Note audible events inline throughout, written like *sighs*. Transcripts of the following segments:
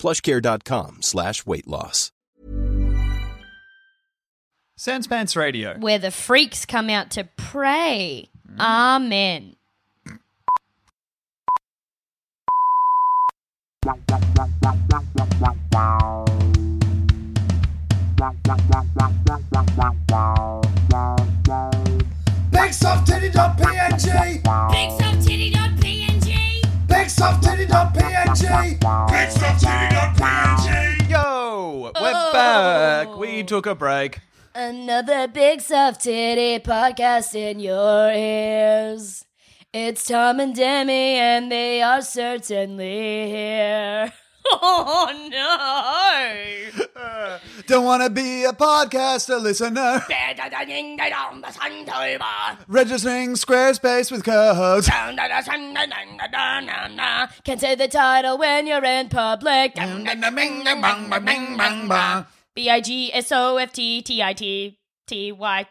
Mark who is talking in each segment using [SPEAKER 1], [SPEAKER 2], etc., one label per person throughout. [SPEAKER 1] plushcare.com slash weight loss.
[SPEAKER 2] Sans Pants Radio.
[SPEAKER 3] where the freaks come out to pray. Amen.
[SPEAKER 4] Big soft titty dot PNG. Big soft titty dot PNG. Big soft titty dot PNG.
[SPEAKER 2] Yo,
[SPEAKER 3] Oh.
[SPEAKER 2] we're back. We took a break.
[SPEAKER 3] Another big soft titty podcast in your ears. It's Tom and Demi, and they are certainly here. *laughs* Oh no!
[SPEAKER 2] Uh, Don't want to be a podcaster listener. Registering Squarespace with co-hosts.
[SPEAKER 3] Uh. Can't say the title when you're in public. B I G S O F T T I T T Y.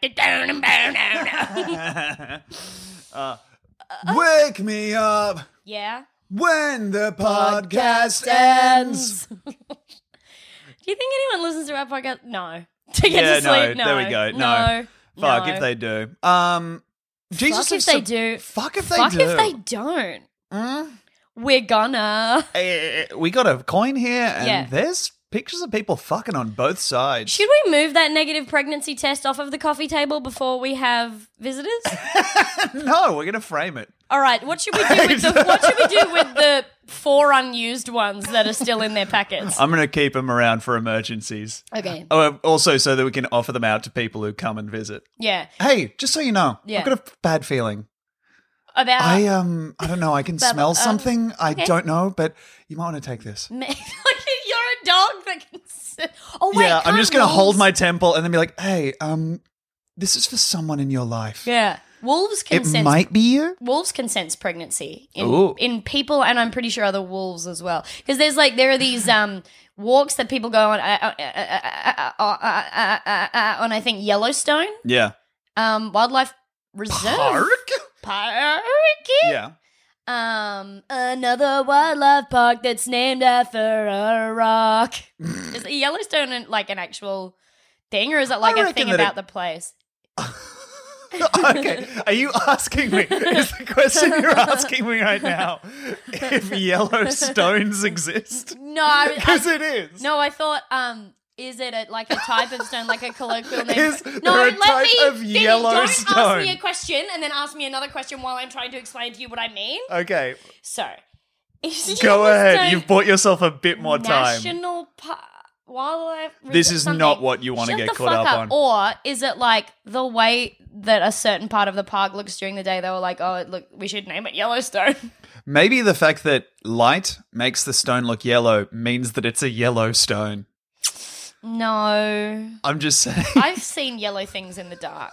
[SPEAKER 2] Wake me up
[SPEAKER 3] *laughs* Yeah.
[SPEAKER 2] when the podcast ends.
[SPEAKER 3] Do you think anyone listens to our podcast? No. *laughs* To get
[SPEAKER 2] Yeah,
[SPEAKER 3] to
[SPEAKER 2] no,
[SPEAKER 3] sleep? No.
[SPEAKER 2] there we go. No.
[SPEAKER 3] No.
[SPEAKER 2] Fuck
[SPEAKER 3] no.
[SPEAKER 2] if they do. Um, Jesus
[SPEAKER 3] Fuck if
[SPEAKER 2] is
[SPEAKER 3] they
[SPEAKER 2] sub-
[SPEAKER 3] do.
[SPEAKER 2] Fuck if they
[SPEAKER 3] Fuck
[SPEAKER 2] do. Mm.
[SPEAKER 3] if they don't. We're
[SPEAKER 2] *laughs*
[SPEAKER 3] gonna.
[SPEAKER 2] Eh, we got a coin here, and
[SPEAKER 3] Yeah.
[SPEAKER 2] there's pictures of people fucking on both sides.
[SPEAKER 3] Should we move that negative pregnancy test off of the coffee table before we have visitors?
[SPEAKER 2] *laughs* no, we're gonna frame it.
[SPEAKER 3] All right. What should we do with the
[SPEAKER 2] *laughs*
[SPEAKER 3] What should we do with the four unused ones that are still in their packets?
[SPEAKER 2] I'm gonna keep them around for emergencies.
[SPEAKER 3] Okay.
[SPEAKER 2] Oh, also, so that we can offer them out to people who come and visit.
[SPEAKER 3] Yeah.
[SPEAKER 2] Hey, just so you know,
[SPEAKER 3] Yeah.
[SPEAKER 2] I've got a f- bad feeling.
[SPEAKER 3] About. *laughs*
[SPEAKER 2] I um, I don't know. I can
[SPEAKER 3] Baba,
[SPEAKER 2] smell
[SPEAKER 3] um,
[SPEAKER 2] something. I
[SPEAKER 3] okay.
[SPEAKER 2] don't know, but you might want to take this.
[SPEAKER 3] Ma- You're a dog that can. Sit. Oh wait.
[SPEAKER 2] yeah, I'm
[SPEAKER 3] can't
[SPEAKER 2] just gonna
[SPEAKER 3] wolves-
[SPEAKER 2] hold my temple and then be like, hey, um, this is for someone in your life.
[SPEAKER 3] Yeah. Wolves can
[SPEAKER 2] it
[SPEAKER 3] sense.
[SPEAKER 2] might be you.
[SPEAKER 3] Wolves can sense pregnancy in,
[SPEAKER 2] Ooh.
[SPEAKER 3] in people, and I'm pretty sure other wolves as well. Because there's like there are these um walks that people go on uh, uh, uh, uh, uh, uh, uh, uh, uh, on I think Yellowstone
[SPEAKER 2] Yeah.
[SPEAKER 3] um wildlife reserve *laughs* Park?
[SPEAKER 2] yeah.
[SPEAKER 3] Um, another wildlife park that's named after a
[SPEAKER 2] *laughs*
[SPEAKER 3] rock. is Yellowstone an- like an actual thing, or is it like
[SPEAKER 2] I
[SPEAKER 3] a
[SPEAKER 2] reckon
[SPEAKER 3] thing
[SPEAKER 2] that
[SPEAKER 3] about
[SPEAKER 2] it-
[SPEAKER 3] the place?
[SPEAKER 2] *laughs* okay. Are you asking me? Is the question you're asking me
[SPEAKER 3] *laughs*
[SPEAKER 2] right now if Yellowstones exist?
[SPEAKER 3] No, I, *laughs*
[SPEAKER 2] *laughs*
[SPEAKER 3] I,
[SPEAKER 2] Because it is.
[SPEAKER 3] no, I thought um. Is it a, like a type of stone, like a
[SPEAKER 2] *laughs*
[SPEAKER 3] colloquial name?
[SPEAKER 2] Is there a type of
[SPEAKER 3] Vinny, Don't
[SPEAKER 2] Yellowstone?
[SPEAKER 3] ask me a question and then ask me another question while I'm trying to explain to you what I mean.
[SPEAKER 2] Okay.
[SPEAKER 3] So, is
[SPEAKER 2] Go ahead.
[SPEAKER 3] Yellowstone
[SPEAKER 2] You've bought yourself a bit more time.
[SPEAKER 3] National Pa- Wildlife.
[SPEAKER 2] This
[SPEAKER 3] Reserve-
[SPEAKER 2] is
[SPEAKER 3] something.
[SPEAKER 2] not what you wanna
[SPEAKER 3] Shut
[SPEAKER 2] get
[SPEAKER 3] the
[SPEAKER 2] caught
[SPEAKER 3] fuck
[SPEAKER 2] up on.
[SPEAKER 3] Or is it like the way that a certain part of the park looks during the day? They were like, oh, look, we should name it Yellowstone. *laughs*
[SPEAKER 2] Maybe the fact that light makes the stone look yellow means that it's a yellow stone.
[SPEAKER 3] no,
[SPEAKER 2] I'm just saying.
[SPEAKER 3] I've seen yellow things in the dark.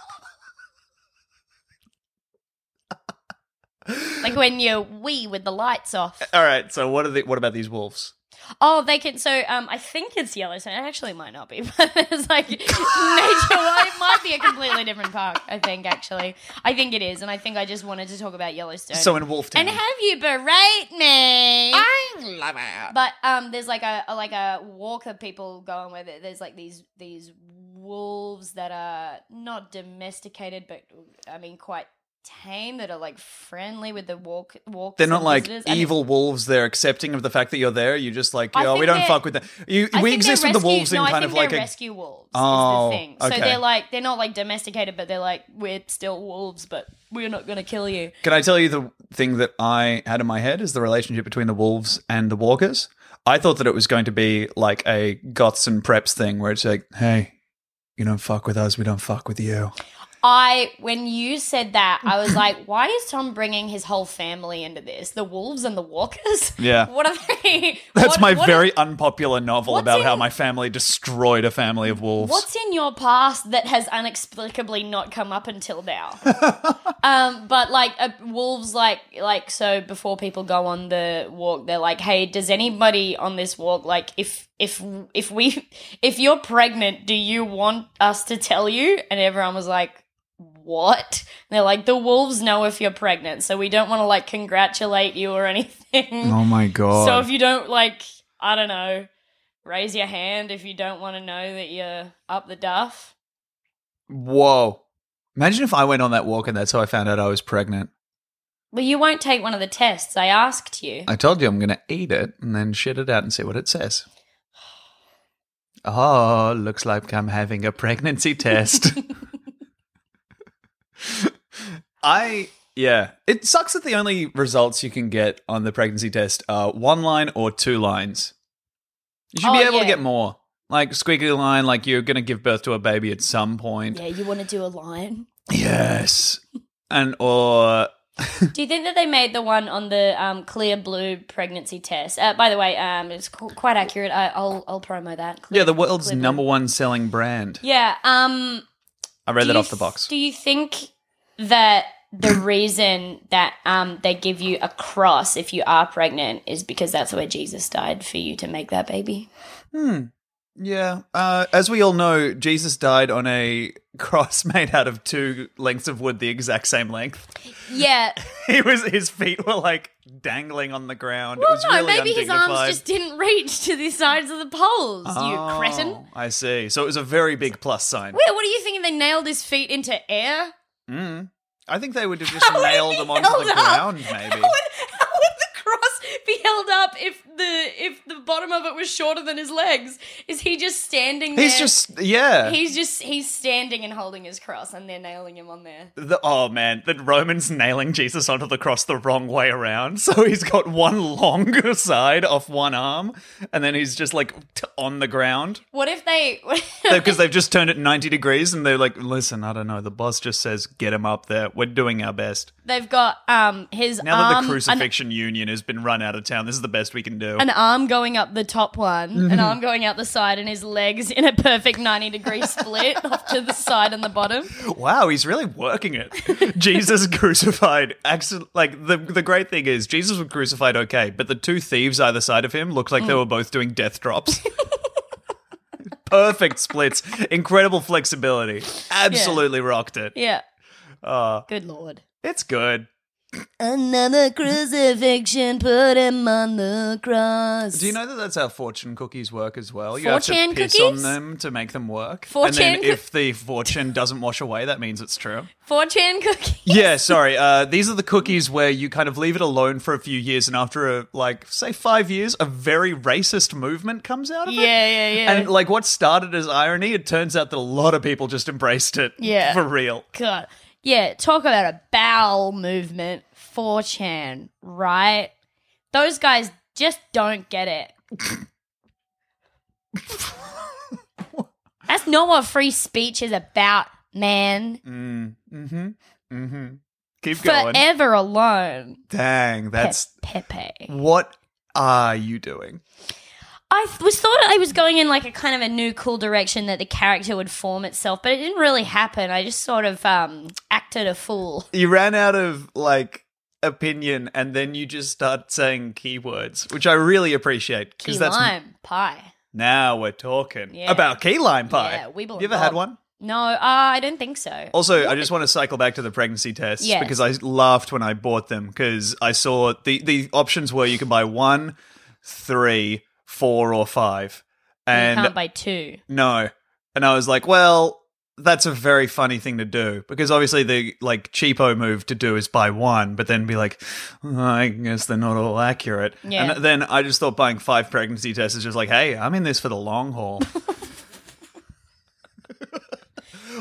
[SPEAKER 3] like when you wee with the lights off.
[SPEAKER 2] *laughs* All right. So what are the, what about these wolves?
[SPEAKER 3] Oh, they can. So, um, I think it's Yellowstone. It actually might not be, *laughs* but it's like nature. Well, it might be a completely different park. I think actually, I think it is, and I think I just wanted to talk about Yellowstone.
[SPEAKER 2] So in Wolf Town.
[SPEAKER 3] and have you berate me? I love it. But um, there's like a, a- like a walk that people go on where there- there's like these these wolves that are not domesticated, but I mean quite tame that are like friendly with the walk walk.
[SPEAKER 2] They're not like evil wolves. They're accepting of the fact that you're there. You're just like,
[SPEAKER 3] I
[SPEAKER 2] oh, we
[SPEAKER 3] think
[SPEAKER 2] don't
[SPEAKER 3] they're-
[SPEAKER 2] fuck with them. You, we exist with the wolves in
[SPEAKER 3] no, I
[SPEAKER 2] kind
[SPEAKER 3] think
[SPEAKER 2] of like
[SPEAKER 3] they're
[SPEAKER 2] a.
[SPEAKER 3] rescue wolves.
[SPEAKER 2] Oh,
[SPEAKER 3] is the thing. So
[SPEAKER 2] okay.
[SPEAKER 3] they're like they're not like domesticated, but they're like we're still wolves, but we're not gonna kill you.
[SPEAKER 2] Can I tell you the thing that I had in my head is the relationship between the wolves and the walkers? I thought that it was going to be like a goths and preps thing where it's like, hey, you don't fuck with us, we don't fuck with you.
[SPEAKER 3] I when you said that, I was like, why is Tom bringing his whole family into this? The wolves and the walkers.
[SPEAKER 2] Yeah.
[SPEAKER 3] *laughs* What are they?
[SPEAKER 2] That's
[SPEAKER 3] what-
[SPEAKER 2] my
[SPEAKER 3] what-
[SPEAKER 2] very unpopular novel
[SPEAKER 3] what's
[SPEAKER 2] about how
[SPEAKER 3] in-
[SPEAKER 2] my family destroyed a family of wolves.
[SPEAKER 3] What's in your past that has inexplicably not come up until now? um, but like uh, wolves, like like so before people go on the walk, they're like, "Hey, does anybody on this walk like if if if we *laughs* if you're pregnant, do you want us to tell you?" And everyone was like. What? And they're like, the wolves know if you're pregnant, so we don't want to like congratulate you or anything.
[SPEAKER 2] Oh my god.
[SPEAKER 3] So if you don't like, I don't know, raise your hand if you don't want to know that you're up the duff.
[SPEAKER 2] Whoa. Imagine if I went on that walk and that's how I found out I was pregnant.
[SPEAKER 3] Well, you won't take one of the tests. I asked you.
[SPEAKER 2] I told you I'm going to eat it and then shit it out and see what it says. Oh, looks like I'm having
[SPEAKER 3] *laughs*
[SPEAKER 2] a pregnancy test. I, yeah. It sucks that the only results you can get on the pregnancy test are one line or two lines. You should be
[SPEAKER 3] Oh,
[SPEAKER 2] able to
[SPEAKER 3] yeah.
[SPEAKER 2] get more. Like, squiggly line, like you're going to give birth to a baby at some point.
[SPEAKER 3] yeah, you want to do a line? *laughs*
[SPEAKER 2] Yes. And, or,
[SPEAKER 3] do you think that they made the one on the um, clear blue pregnancy test? Uh, by the way, um, it's qu- quite accurate. I, I'll I'll promo that. Clear-
[SPEAKER 2] yeah, the world's
[SPEAKER 3] clear blue.
[SPEAKER 2] number one selling brand.
[SPEAKER 3] Yeah. Um.
[SPEAKER 2] I read
[SPEAKER 3] do
[SPEAKER 2] that
[SPEAKER 3] you
[SPEAKER 2] off the
[SPEAKER 3] th-
[SPEAKER 2] box.
[SPEAKER 3] Do you think that the reason that um, they give you a cross if you are pregnant is because that's where Jesus died for you to make that baby?
[SPEAKER 2] Yeah. Uh, as we all know, Jesus died on a *laughs* cross made out of two lengths of wood the exact same length. *laughs*
[SPEAKER 3] Yeah.
[SPEAKER 2] He was his feet were like dangling on the ground. it
[SPEAKER 3] Well,
[SPEAKER 2] was
[SPEAKER 3] no,
[SPEAKER 2] really
[SPEAKER 3] maybe his
[SPEAKER 2] undignified.
[SPEAKER 3] arms just didn't reach to the sides of the poles, you
[SPEAKER 2] Oh,
[SPEAKER 3] cretin.
[SPEAKER 2] I see. So it was a very big plus sign.
[SPEAKER 3] Wait, what are you thinking? They nailed his feet into air? *laughs*
[SPEAKER 2] Mm. I think they would have just
[SPEAKER 3] How would it
[SPEAKER 2] nailed
[SPEAKER 3] be
[SPEAKER 2] them onto the
[SPEAKER 3] held up?
[SPEAKER 2] ground,
[SPEAKER 3] How
[SPEAKER 2] maybe.
[SPEAKER 3] would, how would the cross be held up if the if the bottom of it was shorter than his legs? Is he just standing
[SPEAKER 2] He's
[SPEAKER 3] there?
[SPEAKER 2] just yeah.
[SPEAKER 3] He's just he's standing and holding his cross, and they're nailing him on there.
[SPEAKER 2] The, oh man, the Romans nailing Jesus onto the cross the wrong way around. *laughs* So he's got one *laughs* long side off one arm, and then he's just like t- on the ground
[SPEAKER 3] What if they? *laughs*
[SPEAKER 2] because they've just turned it 90 degrees and they're like, listen, I don't know. The boss just says, get him up there. We're doing our best.
[SPEAKER 3] they've got um his
[SPEAKER 2] Now that
[SPEAKER 3] arm,
[SPEAKER 2] the
[SPEAKER 3] an-
[SPEAKER 2] crucifixion union has been run out of town, this is the best we can do.
[SPEAKER 3] An, arm going up the top one, an arm going out the side, and his legs in a perfect ninety degree split *laughs* off to the side and the bottom.
[SPEAKER 2] *gasps* Wow, he's really working it. *laughs* Jesus crucified. Accident, like the the great thing is Jesus was crucified okay, but the two thieves either side of him looked like they
[SPEAKER 3] Mm.
[SPEAKER 2] were both doing death drops. *laughs* Perfect splits, incredible flexibility. Absolutely rocked it.
[SPEAKER 3] Yeah.
[SPEAKER 2] Uh.
[SPEAKER 3] Good lord.
[SPEAKER 2] It's good.
[SPEAKER 3] Another crucifixion, put him on the cross.
[SPEAKER 2] Do you know that that's how fortune cookies work as well? You have
[SPEAKER 3] 4chan
[SPEAKER 2] to piss on
[SPEAKER 3] cookies?
[SPEAKER 2] them to make them work. and
[SPEAKER 3] 4chan
[SPEAKER 2] then
[SPEAKER 3] coo-
[SPEAKER 2] if the fortune doesn't wash away, that means it's true.
[SPEAKER 3] four chan cookie?
[SPEAKER 2] Yeah, sorry. Uh, these are the cookies where you kind of leave it alone for a few years, and after a, like say five years, a very racist movement comes out
[SPEAKER 3] *laughs*
[SPEAKER 2] of
[SPEAKER 3] Yeah,
[SPEAKER 2] it.
[SPEAKER 3] yeah, yeah.
[SPEAKER 2] And like what started as irony, it turns out that a lot of people just embraced it.
[SPEAKER 3] Yeah.
[SPEAKER 2] for real.
[SPEAKER 3] God. Yeah, talk about a bowel movement. 4chan, right? Those guys just don't get it. That's not what free speech is about, man.
[SPEAKER 2] Mm-hmm. Mm-hmm. Keep going.
[SPEAKER 3] Forever alone.
[SPEAKER 2] Dang,
[SPEAKER 3] Pe-
[SPEAKER 2] that's
[SPEAKER 3] Pepe.
[SPEAKER 2] what are you doing?
[SPEAKER 3] I th- was thought I was going in like a kind of a new cool direction that the character would form itself, but it didn't really happen. I just sort of um, acted a fool.
[SPEAKER 2] You ran out of like opinion, and then you just start saying keywords, which I really appreciate
[SPEAKER 3] Key
[SPEAKER 2] because that's
[SPEAKER 3] lime pie.
[SPEAKER 2] Now we're talking
[SPEAKER 3] Yeah.
[SPEAKER 2] about key lime pie.
[SPEAKER 3] Yeah, Weeble and
[SPEAKER 2] you ever had
[SPEAKER 3] Bob.
[SPEAKER 2] one?
[SPEAKER 3] No, uh, I don't think so.
[SPEAKER 2] Also, I just want to cycle back to the pregnancy tests
[SPEAKER 3] Yeah.
[SPEAKER 2] because I laughed when I bought them because I saw the the options were you can buy one, three, four, or five,
[SPEAKER 3] you
[SPEAKER 2] and
[SPEAKER 3] can't buy two.
[SPEAKER 2] no, and I was like, well, that's a very funny thing to do because obviously the like cheapo move to do is buy one, but then be like, "Oh, I guess they're not all accurate.
[SPEAKER 3] Yeah.
[SPEAKER 2] And then I just thought buying five pregnancy tests is just like, hey, I'm in this for the
[SPEAKER 3] *laughs*
[SPEAKER 2] long haul.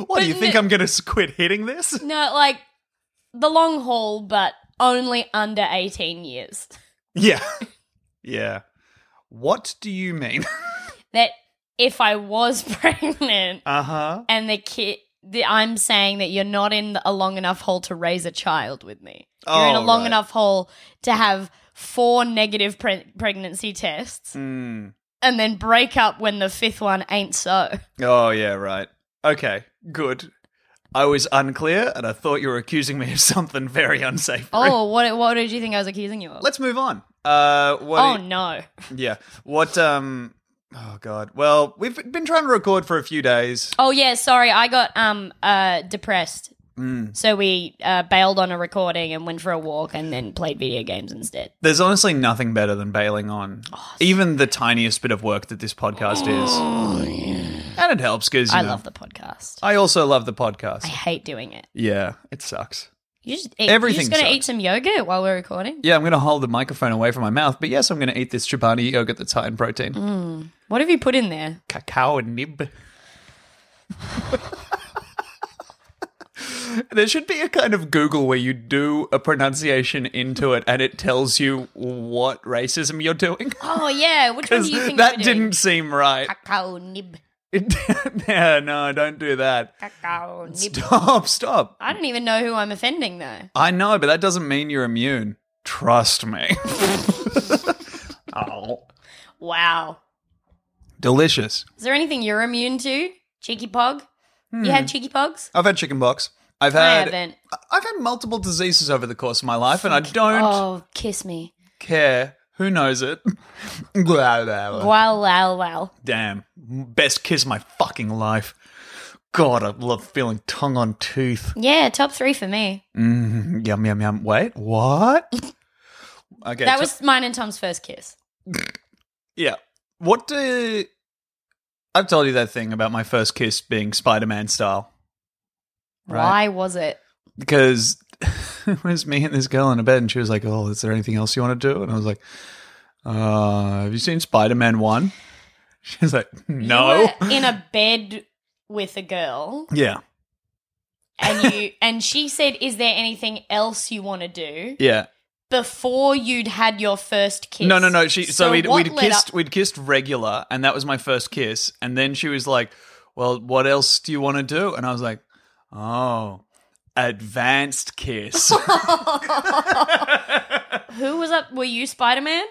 [SPEAKER 2] what do you
[SPEAKER 3] But
[SPEAKER 2] think?
[SPEAKER 3] n-
[SPEAKER 2] I'm going to quit
[SPEAKER 3] *laughs*
[SPEAKER 2] hitting this?
[SPEAKER 3] No, like the long haul, but only under 18 years.
[SPEAKER 2] Yeah, yeah. What do you mean? *laughs*
[SPEAKER 3] That if I was *laughs* pregnant
[SPEAKER 2] Uh huh.
[SPEAKER 3] and the kid. The, I'm saying that you're not in a long enough hole to raise a child with me. You're in a
[SPEAKER 2] Oh,
[SPEAKER 3] long
[SPEAKER 2] right.
[SPEAKER 3] enough hole to have four negative pre- pregnancy tests
[SPEAKER 2] Hmm.
[SPEAKER 3] and then break up when the fifth one ain't so.
[SPEAKER 2] Oh yeah, right. Okay, good. I was unclear, and I thought you were accusing me of something very unsavory.
[SPEAKER 3] Oh, what what did you think I was accusing you of?
[SPEAKER 2] Let's move on. Uh, what?
[SPEAKER 3] oh no.
[SPEAKER 2] Yeah. What? Um. Oh God. Well, we've been trying to record for a few days.
[SPEAKER 3] Oh yeah, sorry. I got um uh depressed.
[SPEAKER 2] Mm.
[SPEAKER 3] So we uh, bailed on a recording and went for a walk and then played video games instead.
[SPEAKER 2] There's honestly nothing better than bailing on even the tiniest bit of work that this podcast is, and it helps because
[SPEAKER 3] Oh, I love the podcast.
[SPEAKER 2] I also love the podcast.
[SPEAKER 3] I hate doing it.
[SPEAKER 2] yeah, it sucks.
[SPEAKER 3] You just eat,
[SPEAKER 2] Everything
[SPEAKER 3] You're just gonna
[SPEAKER 2] sucks.
[SPEAKER 3] eat some yogurt while we're recording.
[SPEAKER 2] Yeah, I'm going to hold the microphone away from my mouth, but yes, I'm going to eat this ciabatta yogurt that's high in protein,
[SPEAKER 3] What have you put in there?
[SPEAKER 2] cacao and nib. there should be a kind of Google where you do a pronunciation into it and it tells you what racism you're doing.
[SPEAKER 3] Oh yeah, which one do
[SPEAKER 2] Because *laughs*
[SPEAKER 3] you think
[SPEAKER 2] that
[SPEAKER 3] we're
[SPEAKER 2] didn't
[SPEAKER 3] doing?
[SPEAKER 2] seem right.
[SPEAKER 3] Cacao nib,
[SPEAKER 2] It, *laughs* yeah, no, don't do that.
[SPEAKER 3] cacao nib.
[SPEAKER 2] Stop, stop.
[SPEAKER 3] I don't even know who I'm offending though.
[SPEAKER 2] I know, but that doesn't mean you're immune. Trust me. *laughs* oh,
[SPEAKER 3] Wow.
[SPEAKER 2] delicious.
[SPEAKER 3] Is there anything you're immune to? Cheeky pog. You had cheeky pogs.
[SPEAKER 2] I've had chickenpox. I've
[SPEAKER 3] I
[SPEAKER 2] Hmm. had
[SPEAKER 3] haven't.
[SPEAKER 2] I've had multiple diseases over the course of my life, and I don't
[SPEAKER 3] Oh, kiss me.
[SPEAKER 2] care. Who
[SPEAKER 3] *laughs*
[SPEAKER 2] knows it? Blah, blah, blah.
[SPEAKER 3] Wow, wow, wow.
[SPEAKER 2] Damn, best kiss of my fucking life. God, I love feeling tongue on tooth.
[SPEAKER 3] Yeah, top three for me.
[SPEAKER 2] Mm, yum yum yum. Wait,
[SPEAKER 3] *laughs*
[SPEAKER 2] what? Okay,
[SPEAKER 3] that
[SPEAKER 2] so-
[SPEAKER 3] was mine and Tom's first kiss.
[SPEAKER 2] yeah. What do I've told you that thing about my first kiss being Spider Man style? Right.
[SPEAKER 3] Why was it?
[SPEAKER 2] because *laughs* it was me and this girl in a bed, and she was like, "Oh, is there anything else you want to do?" And I was like, uh, "Have you seen Spider Man One?" *laughs* She was like,
[SPEAKER 3] You
[SPEAKER 2] "No."
[SPEAKER 3] were in a bed with a girl,
[SPEAKER 2] *laughs* Yeah,
[SPEAKER 3] and
[SPEAKER 2] *laughs*
[SPEAKER 3] you and she said, "Is there anything else you want to do?"
[SPEAKER 2] yeah.
[SPEAKER 3] Before you'd had your first kiss.
[SPEAKER 2] No, no, no. She so, we'd,
[SPEAKER 3] what
[SPEAKER 2] we'd
[SPEAKER 3] led
[SPEAKER 2] kissed
[SPEAKER 3] up-
[SPEAKER 2] we'd kissed regular, and that was my first kiss. And then she was like, "Well, what else do you want to do?" And I was like, "Oh, advanced kiss."
[SPEAKER 3] *laughs* who was up? Were you Spider Man?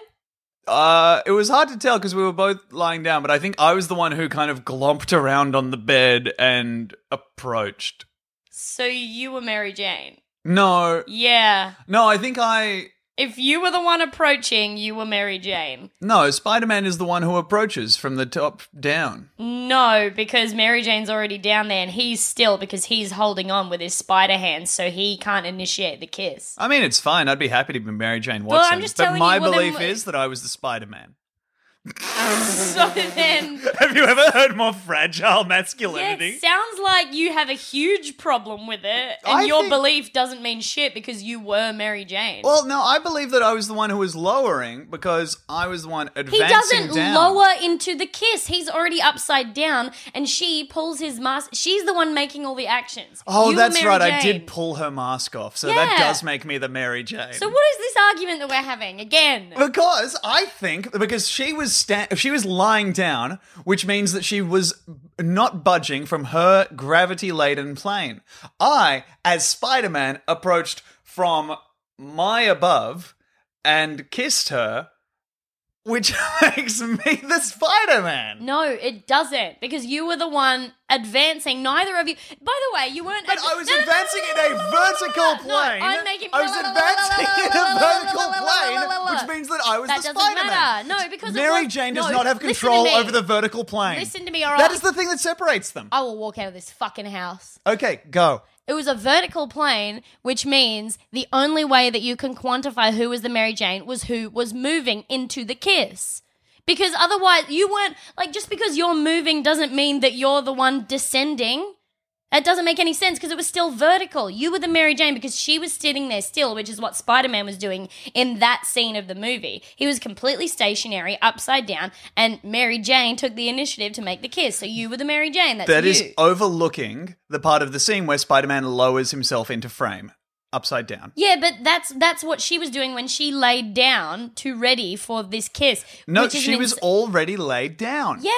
[SPEAKER 2] Uh, it was hard to tell because we were both lying down, but I think I was the one who kind of glomped around on the bed and approached.
[SPEAKER 3] So you were Mary Jane.
[SPEAKER 2] No,
[SPEAKER 3] Yeah.
[SPEAKER 2] no, I think I.
[SPEAKER 3] If you were the one approaching, you were Mary Jane.
[SPEAKER 2] No, Spider Man is the one who approaches from the top down.
[SPEAKER 3] No, because Mary Jane's already down there and he's still because he's holding on with his spider hands, so he can't initiate the kiss.
[SPEAKER 2] I mean, it's fine. I'd be happy to be Mary Jane
[SPEAKER 3] Well,
[SPEAKER 2] Watson.
[SPEAKER 3] I'm just
[SPEAKER 2] but
[SPEAKER 3] telling you,
[SPEAKER 2] my
[SPEAKER 3] well, then
[SPEAKER 2] belief
[SPEAKER 3] w-
[SPEAKER 2] is that I was the Spider Man.
[SPEAKER 3] *laughs* So then,
[SPEAKER 2] Have you ever heard more fragile
[SPEAKER 3] yeah,
[SPEAKER 2] masculinity?
[SPEAKER 3] it sounds like you have a huge problem with it, and
[SPEAKER 2] I
[SPEAKER 3] your
[SPEAKER 2] think-
[SPEAKER 3] belief doesn't mean shit because you were Mary Jane.
[SPEAKER 2] Well, no, I believe that I was the one who was lowering because I was the one
[SPEAKER 3] he
[SPEAKER 2] advancing
[SPEAKER 3] doesn't
[SPEAKER 2] down.
[SPEAKER 3] lower into the kiss. He's already upside down, and she pulls his mask. She's the one making all the actions.
[SPEAKER 2] Oh,
[SPEAKER 3] You were
[SPEAKER 2] that's
[SPEAKER 3] Mary
[SPEAKER 2] right. I
[SPEAKER 3] Jane.
[SPEAKER 2] did pull her mask off, so that
[SPEAKER 3] Yeah.
[SPEAKER 2] does make me the Mary Jane.
[SPEAKER 3] So what is this argument that we're having again?
[SPEAKER 2] Because I think because she was sta- she was lying down, which means that she was not budging from her gravity laden plane. I, as Spider Man, approached from my above and kissed her, which *laughs* makes me the Spider Man.
[SPEAKER 3] No, it doesn't because you were the one advancing. Neither of you. By the way, you weren't.
[SPEAKER 2] But I was advancing in a vertical plane.
[SPEAKER 3] No, I'm making.
[SPEAKER 2] I was advancing in a vertical plane, which means that I was
[SPEAKER 3] that
[SPEAKER 2] the
[SPEAKER 3] doesn't
[SPEAKER 2] Spider Man.
[SPEAKER 3] matter. No, because it
[SPEAKER 2] Mary
[SPEAKER 3] was-
[SPEAKER 2] Jane does
[SPEAKER 3] no,
[SPEAKER 2] not have
[SPEAKER 3] listen to
[SPEAKER 2] control
[SPEAKER 3] me.
[SPEAKER 2] over the vertical plane.
[SPEAKER 3] Listen to me, all
[SPEAKER 2] That
[SPEAKER 3] right?
[SPEAKER 2] is the thing that separates them.
[SPEAKER 3] I will walk out of this fucking house.
[SPEAKER 2] Okay, go.
[SPEAKER 3] It was a vertical plane, which means the only way that you can quantify who was the Mary Jane was who was moving into the kiss. Because otherwise, you weren't like just because you're moving doesn't mean that you're the one descending. It doesn't make any sense because it was still vertical. You were the Mary Jane because she was sitting there still, which is what Spider Man was doing in that scene of the movie. He was completely stationary, upside down, and Mary Jane took the initiative to make the kiss. So you were the Mary Jane. That's
[SPEAKER 2] That
[SPEAKER 3] you.
[SPEAKER 2] is overlooking the part of the scene where Spider Man lowers himself into frame, upside down.
[SPEAKER 3] Yeah, but that's that's what she was doing when she laid down to ready for this kiss.
[SPEAKER 2] No,
[SPEAKER 3] which is
[SPEAKER 2] she
[SPEAKER 3] an
[SPEAKER 2] was
[SPEAKER 3] ins-
[SPEAKER 2] already laid down.
[SPEAKER 3] yeah,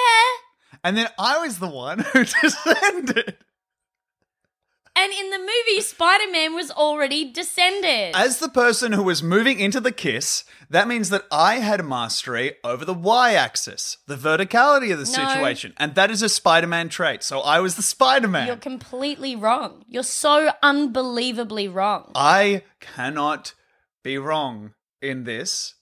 [SPEAKER 2] And then I was the one who descended.
[SPEAKER 3] and in the movie, Spider Man was already descended.
[SPEAKER 2] As the person who was moving into the kiss, that means that I had mastery over the y axis, the verticality of the
[SPEAKER 3] No.
[SPEAKER 2] situation. And that is a Spider Man trait. So I was the Spider
[SPEAKER 3] You're
[SPEAKER 2] Man.
[SPEAKER 3] completely wrong. You're so unbelievably wrong.
[SPEAKER 2] I cannot be wrong in this.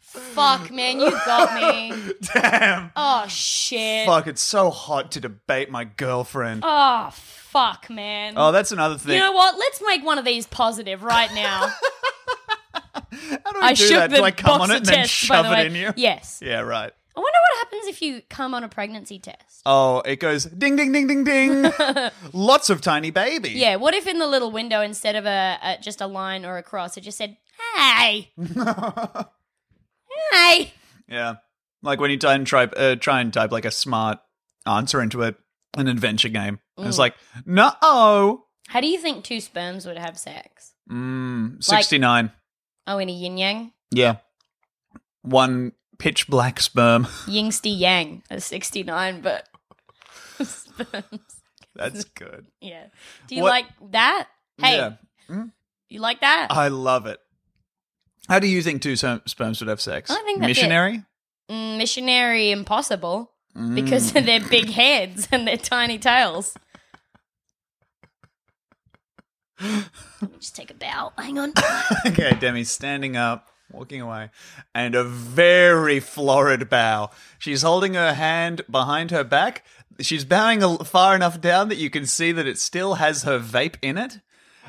[SPEAKER 3] Fuck, man, you got me.
[SPEAKER 2] *laughs* Damn.
[SPEAKER 3] Oh shit.
[SPEAKER 2] Fuck, it's so hot to debate my girlfriend.
[SPEAKER 3] Oh fuck, man.
[SPEAKER 2] Oh, that's another thing.
[SPEAKER 3] you know what? Let's make one of these positive right
[SPEAKER 2] *laughs*
[SPEAKER 3] now.
[SPEAKER 2] How do I,
[SPEAKER 3] I
[SPEAKER 2] do
[SPEAKER 3] shook
[SPEAKER 2] that?
[SPEAKER 3] the
[SPEAKER 2] Do I come
[SPEAKER 3] box
[SPEAKER 2] on
[SPEAKER 3] of
[SPEAKER 2] it and then
[SPEAKER 3] tests, by
[SPEAKER 2] shove
[SPEAKER 3] the
[SPEAKER 2] it
[SPEAKER 3] way.
[SPEAKER 2] in you?
[SPEAKER 3] Yes.
[SPEAKER 2] Yeah, right.
[SPEAKER 3] I wonder what happens if you come on a pregnancy test.
[SPEAKER 2] Oh, it goes ding, ding, ding, ding,
[SPEAKER 3] *laughs*
[SPEAKER 2] ding. Lots of tiny baby.
[SPEAKER 3] Yeah, what if in the little window instead of a, a just a line or a cross, it just said
[SPEAKER 2] *laughs*
[SPEAKER 3] "Hey, hey"?
[SPEAKER 2] Yeah. Like when you try and type, uh, try and type like a smart answer into a, an adventure game. And
[SPEAKER 3] Mm.
[SPEAKER 2] It's like, no.
[SPEAKER 3] How do you think two sperms would have sex?
[SPEAKER 2] Mm,
[SPEAKER 3] Like-
[SPEAKER 2] 69.
[SPEAKER 3] Oh, in a yin yang,
[SPEAKER 2] yeah. One pitch black sperm. *laughs*
[SPEAKER 3] yingsty yang. That's sixty nine, but *laughs* sperms. *laughs*
[SPEAKER 2] That's good.
[SPEAKER 3] Yeah. Do you
[SPEAKER 2] What-
[SPEAKER 3] like that? Hey,
[SPEAKER 2] Yeah. Uh-huh.
[SPEAKER 3] you like that?
[SPEAKER 2] I love it. How do you think two sperm- sperms would have sex?
[SPEAKER 3] I think that's it.
[SPEAKER 2] Missionary?
[SPEAKER 3] Mm, missionary impossible
[SPEAKER 2] Mm.
[SPEAKER 3] because of their big heads and their tiny
[SPEAKER 2] *laughs*
[SPEAKER 3] tails. Let me just take a bow. Hang on.
[SPEAKER 2] okay, Demi's standing up, walking away, and a very florid bow. She's holding her hand behind her back. She's bowing a- far enough down that you can see that it still has her vape in it.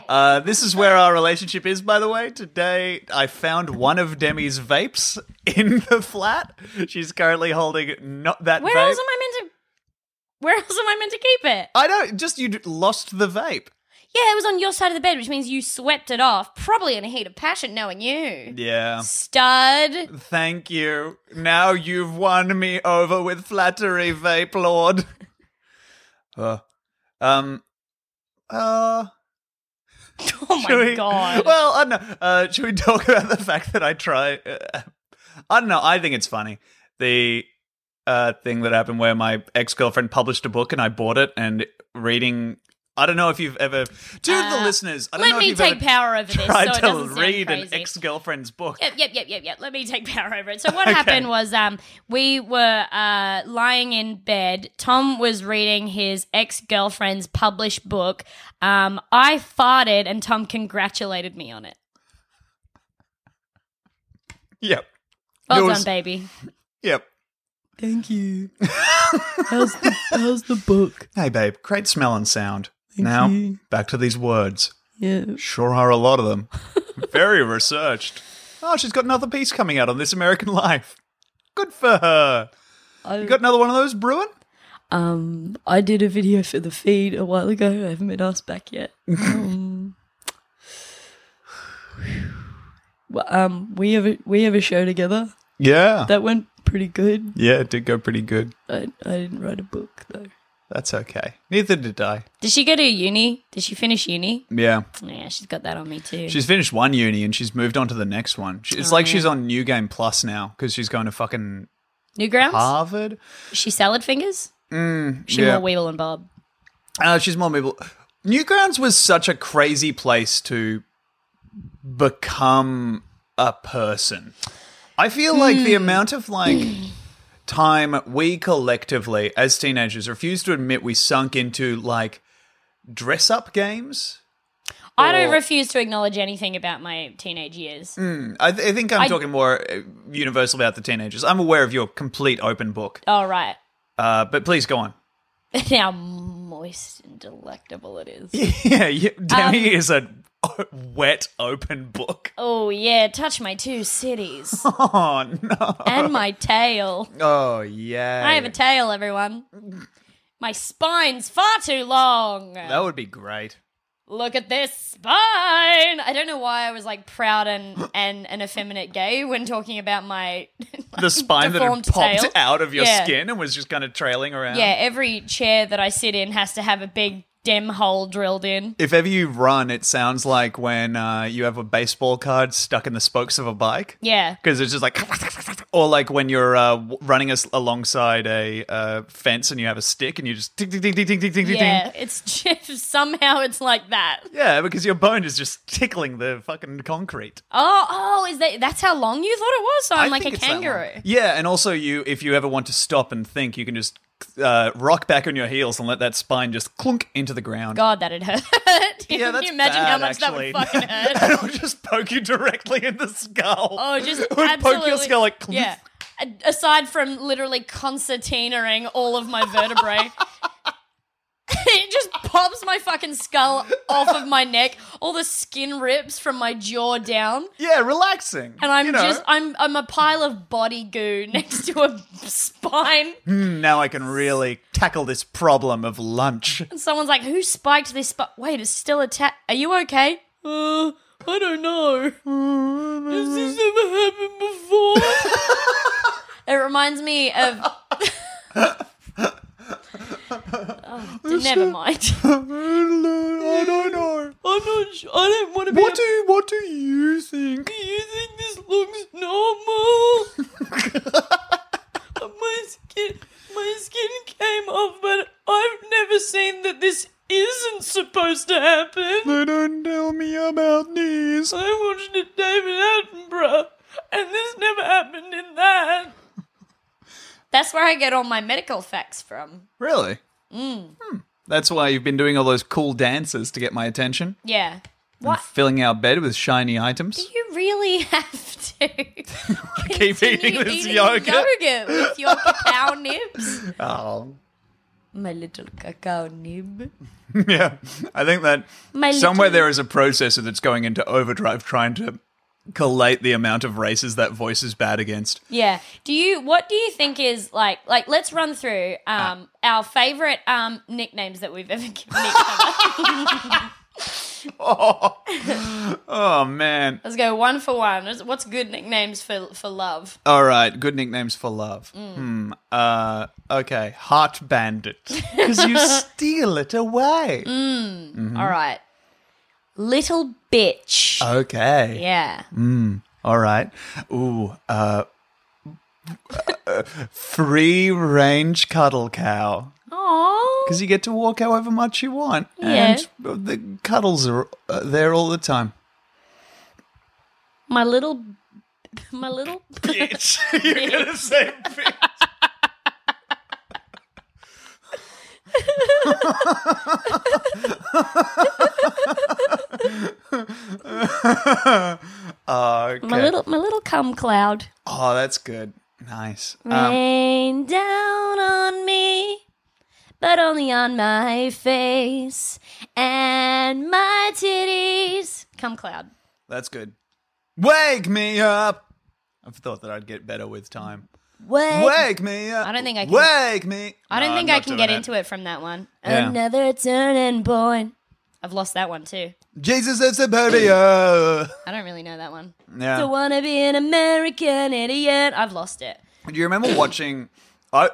[SPEAKER 2] Uh, this is where our relationship is, by the way. Today, I found one of Demi's vapes *laughs* in the flat. She's currently holding not that
[SPEAKER 3] Where
[SPEAKER 2] vape.
[SPEAKER 3] else am I meant to? Where else am I meant to keep it?
[SPEAKER 2] I don't. Just you d- lost the vape.
[SPEAKER 3] Yeah, it was on your side of the bed, which means you swept it off, probably in a heat of passion, knowing you.
[SPEAKER 2] Yeah. *laughs*
[SPEAKER 3] Stud.
[SPEAKER 2] Thank you. Now you've won me over with flattery, vape lord. *laughs* Uh, um. Uh,
[SPEAKER 3] Oh my
[SPEAKER 2] should we-
[SPEAKER 3] god.
[SPEAKER 2] *laughs* Well, I don't know. Uh, should we talk *laughs* about the fact that I try? Uh, I don't know. I think it's funny the uh, thing that happened where my ex girlfriend published a book and I bought it and reading. I don't know if you've ever to the
[SPEAKER 3] Uh,
[SPEAKER 2] listeners. I don't
[SPEAKER 3] Let
[SPEAKER 2] know if
[SPEAKER 3] me
[SPEAKER 2] you've
[SPEAKER 3] take
[SPEAKER 2] ever
[SPEAKER 3] power over this.
[SPEAKER 2] Tried
[SPEAKER 3] so it
[SPEAKER 2] to
[SPEAKER 3] doesn't
[SPEAKER 2] read
[SPEAKER 3] sound
[SPEAKER 2] an
[SPEAKER 3] crazy.
[SPEAKER 2] ex girlfriend's book.
[SPEAKER 3] Yep, yep, yep, yep, yep. Let me take power over it. So
[SPEAKER 2] *laughs*
[SPEAKER 3] what happened was um we were uh lying in bed. Tom was reading his ex-girlfriend's published book. Um I farted and Tom congratulated me on it.
[SPEAKER 2] Yep.
[SPEAKER 3] Well
[SPEAKER 2] There
[SPEAKER 3] done,
[SPEAKER 2] was-
[SPEAKER 3] baby.
[SPEAKER 2] Yep.
[SPEAKER 5] Thank you. *laughs* how's, the, how's the book?
[SPEAKER 2] Hey, babe, great smell and sound. now,
[SPEAKER 5] you.
[SPEAKER 2] back to these words.
[SPEAKER 5] Yeah.
[SPEAKER 2] Sure are a lot of them. Very researched. Oh, she's got another piece coming out on This American Life. Good for her. You got another one of those brewing?
[SPEAKER 5] Um, I did a video for the feed a while ago. I haven't been asked back *laughs* yet. um, well, um, we have a, we have a show together
[SPEAKER 2] Yeah.
[SPEAKER 5] that went pretty good.
[SPEAKER 2] yeah, it did go pretty good.
[SPEAKER 5] I, I didn't write a book though.
[SPEAKER 2] That's okay. Neither did I.
[SPEAKER 3] Did she go to uni? Did she finish uni?
[SPEAKER 2] Yeah.
[SPEAKER 3] Yeah, she's got that on me too.
[SPEAKER 2] She's finished one uni and she's moved on to the next one. She, it's like she's on New Game Plus now because she's going to fucking
[SPEAKER 3] Newgrounds?
[SPEAKER 2] Harvard.
[SPEAKER 3] She salad fingers? She
[SPEAKER 2] yeah.
[SPEAKER 3] more Weevil and Bob.
[SPEAKER 2] Uh, she's more movable. Newgrounds was such a crazy place to become a person. I feel like the amount of like time we collectively as teenagers refuse to admit we sunk into like dress up games.
[SPEAKER 3] I don't
[SPEAKER 2] Or- Mm.
[SPEAKER 3] refuse to acknowledge anything about my teenage years.
[SPEAKER 2] I, th- I think I'm
[SPEAKER 3] I-
[SPEAKER 2] talking more uh, universal about the teenagers. I'm aware of your complete open book,
[SPEAKER 3] All Oh, right. *laughs*
[SPEAKER 2] uh, but please go on. *laughs*
[SPEAKER 3] How moist and delectable it is.
[SPEAKER 2] yeah, you, Demi is a wet open book. *laughs*
[SPEAKER 3] Oh yeah, touch my two cities
[SPEAKER 2] Oh no.
[SPEAKER 3] and my tail.
[SPEAKER 2] Oh yeah.
[SPEAKER 3] I have a tail, everyone. My spine's far too long.
[SPEAKER 2] that would be great.
[SPEAKER 3] Look at this spine. I don't know why I was like proud
[SPEAKER 2] *laughs*
[SPEAKER 3] and and an effeminate gay when talking about my
[SPEAKER 2] The spine that had
[SPEAKER 3] Deformed
[SPEAKER 2] popped
[SPEAKER 3] tail.
[SPEAKER 2] out of your
[SPEAKER 3] Yeah.
[SPEAKER 2] skin and was just kind of trailing around.
[SPEAKER 3] *laughs* Yeah, every chair that I sit in has to have a big dem hole drilled in.
[SPEAKER 2] If ever you run, it sounds like when uh, you have a baseball card stuck in the spokes of a bike.
[SPEAKER 3] Yeah.
[SPEAKER 2] Because it's just like, or like when you're uh, w- running us alongside a uh, fence and you have a stick and you just ding ding ding ding ding ding ding ding.
[SPEAKER 3] Yeah, it's *laughs* just somehow it's like that.
[SPEAKER 2] Yeah, because your bone is just tickling the fucking concrete.
[SPEAKER 3] Oh, oh, is that that's how long you thought it was? So I'm
[SPEAKER 2] I
[SPEAKER 3] like a
[SPEAKER 2] think it's that long.
[SPEAKER 3] kangaroo.
[SPEAKER 2] Yeah, and also you, if you ever want to stop and think, you can just uh, rock back on your heels and let that spine just clunk into the ground.
[SPEAKER 3] God, that'd hurt. *laughs*
[SPEAKER 2] Yeah,
[SPEAKER 3] Can
[SPEAKER 2] that's
[SPEAKER 3] you imagine how
[SPEAKER 2] bad,
[SPEAKER 3] much
[SPEAKER 2] actually.
[SPEAKER 3] that
[SPEAKER 2] *laughs*
[SPEAKER 3] would fucking hurt?
[SPEAKER 2] and it'll just poke you directly in the skull.
[SPEAKER 3] Oh, just
[SPEAKER 2] It would
[SPEAKER 3] absolutely.
[SPEAKER 2] poke your skull like
[SPEAKER 3] yeah. A- Aside from literally concertinaing all of my vertebrae, *laughs* it just pops my fucking skull off of my neck. All the skin rips from my jaw down,
[SPEAKER 2] yeah, relaxing.
[SPEAKER 3] and I'm
[SPEAKER 2] you know.
[SPEAKER 3] just I'm I'm a pile of body goo *laughs* next to a spine.
[SPEAKER 2] now I can really tackle this problem
[SPEAKER 3] *laughs*
[SPEAKER 2] of lunch. *laughs*
[SPEAKER 3] And someone's like, "Who spiked this? Spi- Wait, it's still attached. Are you okay?" Uh, I don't know. Has this ever happened before? *laughs* it reminds me of. *laughs* Oh, d- never mind.
[SPEAKER 2] I don't know. I don't know.
[SPEAKER 3] *laughs* I'm not. Sure. I don't want to
[SPEAKER 2] What do you, what do you think?
[SPEAKER 3] you think this looks normal? my skin, my skin came off, but I've never seen that this isn't supposed to happen.
[SPEAKER 2] They don't tell me about this.
[SPEAKER 3] I watched it David Attenborough, and this never happened in that. That's where I get all my medical facts from.
[SPEAKER 2] Really?
[SPEAKER 5] Mm.
[SPEAKER 2] Hmm. That's why you've been doing all those cool dances to get my attention.
[SPEAKER 3] Yeah. What?
[SPEAKER 2] Filling our bed with shiny items.
[SPEAKER 3] You really *laughs* have to
[SPEAKER 2] *laughs* Keep eating
[SPEAKER 3] continue
[SPEAKER 2] this yogurt.
[SPEAKER 3] yogurt with your cacao nibs.
[SPEAKER 2] *laughs* Oh.
[SPEAKER 5] My little cacao nib.
[SPEAKER 2] *laughs* Yeah. I think that
[SPEAKER 5] My
[SPEAKER 2] somewhere
[SPEAKER 5] little-
[SPEAKER 2] there is a processor that's going into overdrive trying to collate the amount of races that voice is bad against.
[SPEAKER 3] Yeah. Do you? What do you think is like? Like, let's run through
[SPEAKER 2] Ah.
[SPEAKER 3] um our favorite um nicknames that we've ever *laughs* given each other.
[SPEAKER 2] Oh, man.
[SPEAKER 3] let's go one for one. What's good nicknames for for love?
[SPEAKER 2] All right, good nicknames for love.
[SPEAKER 5] Mm.
[SPEAKER 2] Hmm. Uh, okay, heart bandit because
[SPEAKER 5] *laughs*
[SPEAKER 2] you steal it away.
[SPEAKER 5] Mm.
[SPEAKER 2] Mm-hmm.
[SPEAKER 3] All right. Little bitch.
[SPEAKER 2] Oh, Okay.
[SPEAKER 3] Yeah.
[SPEAKER 2] Mm. All right. Ooh. Uh, uh, free range cuddle cow
[SPEAKER 3] Aww.
[SPEAKER 2] because you get to walk however much you want, and the cuddles are uh, there all the time.
[SPEAKER 3] My little. My little.
[SPEAKER 2] Bitch, *laughs* you're gonna *laughs* say bitch. okay.
[SPEAKER 3] My little. My little cum cloud.
[SPEAKER 2] Oh, that's good. Nice. Um,
[SPEAKER 3] Rain down on me, but only on my face and my titties. Come cloud.
[SPEAKER 2] that's good. Wake me up. I've thought that I'd get better with time.
[SPEAKER 3] Wait.
[SPEAKER 2] Wake me up.
[SPEAKER 3] I don't think I can-
[SPEAKER 2] Wake me.
[SPEAKER 3] I don't
[SPEAKER 2] No,
[SPEAKER 3] think
[SPEAKER 2] I'm
[SPEAKER 3] I
[SPEAKER 2] not
[SPEAKER 3] can
[SPEAKER 2] doing
[SPEAKER 3] get into it from that one.
[SPEAKER 2] Yeah.
[SPEAKER 3] Another turning point. I've lost that one too.
[SPEAKER 2] Jesus is superior.
[SPEAKER 3] I don't really know that one.
[SPEAKER 2] yeah.
[SPEAKER 3] Don't wanna be an American idiot. I've lost it.
[SPEAKER 2] Do you remember watching? I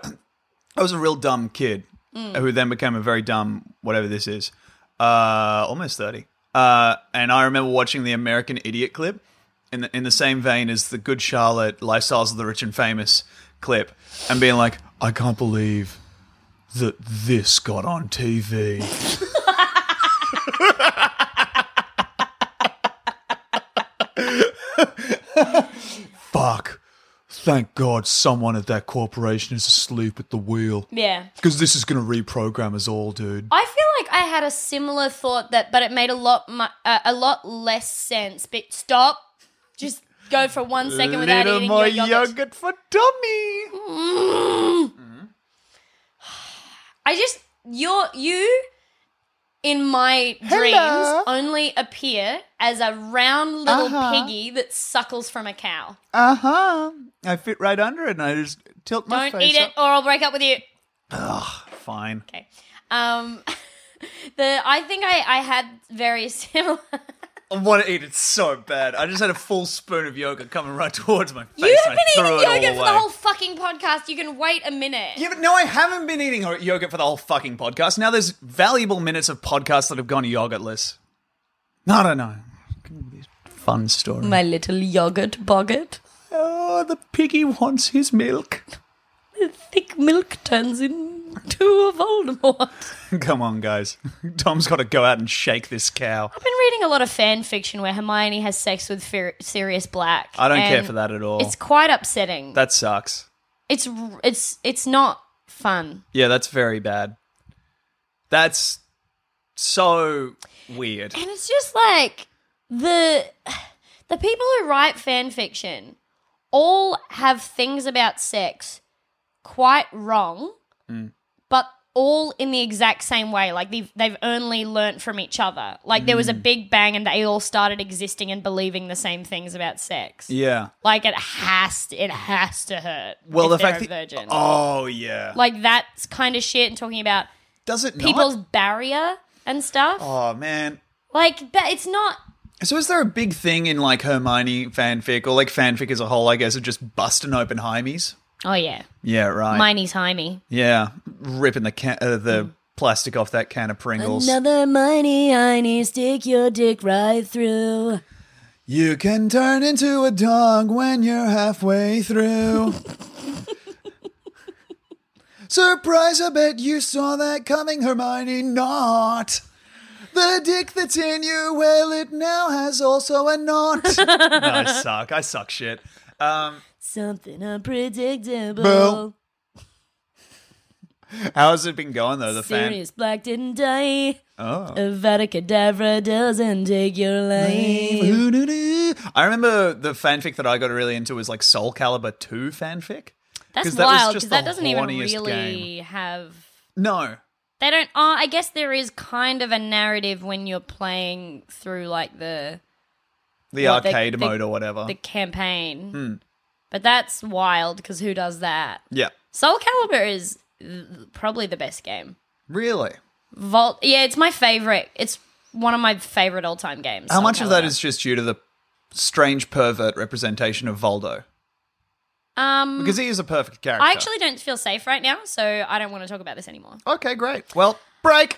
[SPEAKER 2] I was a real dumb kid who then became a very dumb whatever this is, uh, almost thirty. Uh, and I remember watching the American Idiot clip in the, in the same vein as the Good Charlotte Lifestyles of the Rich and Famous clip, and being like, I can't believe that this got on TV. *laughs* Fuck. Thank God someone at that corporation is asleep at the wheel.
[SPEAKER 3] Yeah.
[SPEAKER 2] Because this is going to reprogram us all, dude.
[SPEAKER 3] I feel like I had a similar thought that, but it made a lot mu- uh, a lot less sense. But stop, just go for one second without eating your yogurt.
[SPEAKER 2] for dummy.
[SPEAKER 3] *sighs* Mm. I just you're you in my dreams only appear as a round little piggy that suckles from a cow.
[SPEAKER 2] Uh huh. I fit right under it, and I just tilt my
[SPEAKER 3] Don't
[SPEAKER 2] face
[SPEAKER 3] eat it or I'll break up with you.
[SPEAKER 2] up. Fine.
[SPEAKER 3] Okay. Um, *laughs* the I think I, I had very *laughs* similar.
[SPEAKER 2] I want to eat it so bad. I just had a full spoon of yogurt coming right *laughs* towards my face.
[SPEAKER 3] You
[SPEAKER 2] and
[SPEAKER 3] have
[SPEAKER 2] I
[SPEAKER 3] been eating
[SPEAKER 2] threw it all
[SPEAKER 3] yogurt for the
[SPEAKER 2] away.
[SPEAKER 3] whole fucking podcast. You can wait a minute.
[SPEAKER 2] Yeah, but no, I haven't been eating ho- yogurt for the whole fucking podcast. Now there's valuable minutes of podcasts that have gone yogurtless. I don't know. Fun story.
[SPEAKER 5] My little yogurt boggart.
[SPEAKER 2] Oh, the piggy wants his milk. *laughs*
[SPEAKER 5] The thick milk turns into a Voldemort.
[SPEAKER 2] Come on, guys. *laughs* Tom's got to go out and shake this cow.
[SPEAKER 3] I've been reading a lot of fan fiction where Hermione has sex with Fer- Sirius Black.
[SPEAKER 2] I don't care
[SPEAKER 3] and
[SPEAKER 2] for that at all.
[SPEAKER 3] It's quite upsetting.
[SPEAKER 2] That sucks.
[SPEAKER 3] it's r- it's it's not fun.
[SPEAKER 2] Yeah, that's very bad. That's so weird.
[SPEAKER 3] And it's just like the the people who write fan fiction all have things about sex quite wrong,
[SPEAKER 2] Mm.
[SPEAKER 3] but all in the exact same way. Like they've they've only learnt from each other. Like there
[SPEAKER 2] Mm.
[SPEAKER 3] was a big bang and they all started existing and believing the same things about sex.
[SPEAKER 2] Yeah.
[SPEAKER 3] Like it has to, it has to hurt.
[SPEAKER 2] Well,
[SPEAKER 3] if
[SPEAKER 2] the
[SPEAKER 3] they're
[SPEAKER 2] fact
[SPEAKER 3] a
[SPEAKER 2] that
[SPEAKER 3] virgin.
[SPEAKER 2] oh yeah,
[SPEAKER 3] like that's kind of shit and talking about
[SPEAKER 2] does it
[SPEAKER 3] people's
[SPEAKER 2] not?
[SPEAKER 3] barrier and stuff.
[SPEAKER 2] Oh man.
[SPEAKER 3] Like but it's not
[SPEAKER 2] So is there a big thing in like Hermione fanfic or like fanfic as a whole? I guess of just busting open Heimies.
[SPEAKER 3] Oh yeah.
[SPEAKER 2] Yeah, right.
[SPEAKER 3] Miney's Jaime.
[SPEAKER 2] yeah, ripping the can- uh, the plastic off that can of Pringles.
[SPEAKER 5] Another money, I need stick your dick right through.
[SPEAKER 2] You can turn into a dog when you're halfway through. Surprise, I bet you saw that coming, Hermione. Not. The dick that's in you, well, it now has also a knot. *laughs* no, I suck. I suck shit. Um,
[SPEAKER 5] Something unpredictable.
[SPEAKER 2] Boo. how has it been going, though? The fan.
[SPEAKER 5] Sirius Black didn't die.
[SPEAKER 2] Oh.
[SPEAKER 5] Avada Kedavra doesn't take your life.
[SPEAKER 2] I remember the fanfic that I got really into was like Soul Calibur 2 fanfic.
[SPEAKER 3] That's
[SPEAKER 2] 'Cause that was
[SPEAKER 3] wild
[SPEAKER 2] just
[SPEAKER 3] because that
[SPEAKER 2] the
[SPEAKER 3] doesn't even
[SPEAKER 2] horniest
[SPEAKER 3] really
[SPEAKER 2] game.
[SPEAKER 3] have.
[SPEAKER 2] No,
[SPEAKER 3] They don't. Oh, I guess there is kind of a narrative when you're playing through like the
[SPEAKER 2] the
[SPEAKER 3] Well, the-
[SPEAKER 2] arcade
[SPEAKER 3] the-
[SPEAKER 2] mode or whatever. Hmm.
[SPEAKER 3] the campaign, but that's wild because who does that?
[SPEAKER 2] yeah.
[SPEAKER 3] Soul Calibur is th- probably the best game.
[SPEAKER 2] Really?
[SPEAKER 3] Vault. Yeah, it's my favorite. It's one of my favorite all time games.
[SPEAKER 2] How
[SPEAKER 3] Soul
[SPEAKER 2] much of that
[SPEAKER 3] Calibur.
[SPEAKER 2] is just due to the strange pervert representation of Voldo?
[SPEAKER 3] Um,
[SPEAKER 2] Because he is a perfect character.
[SPEAKER 3] I actually don't feel safe right now, so I don't want to talk about this anymore.
[SPEAKER 2] Okay, great. Well,
[SPEAKER 3] *laughs*
[SPEAKER 2] break.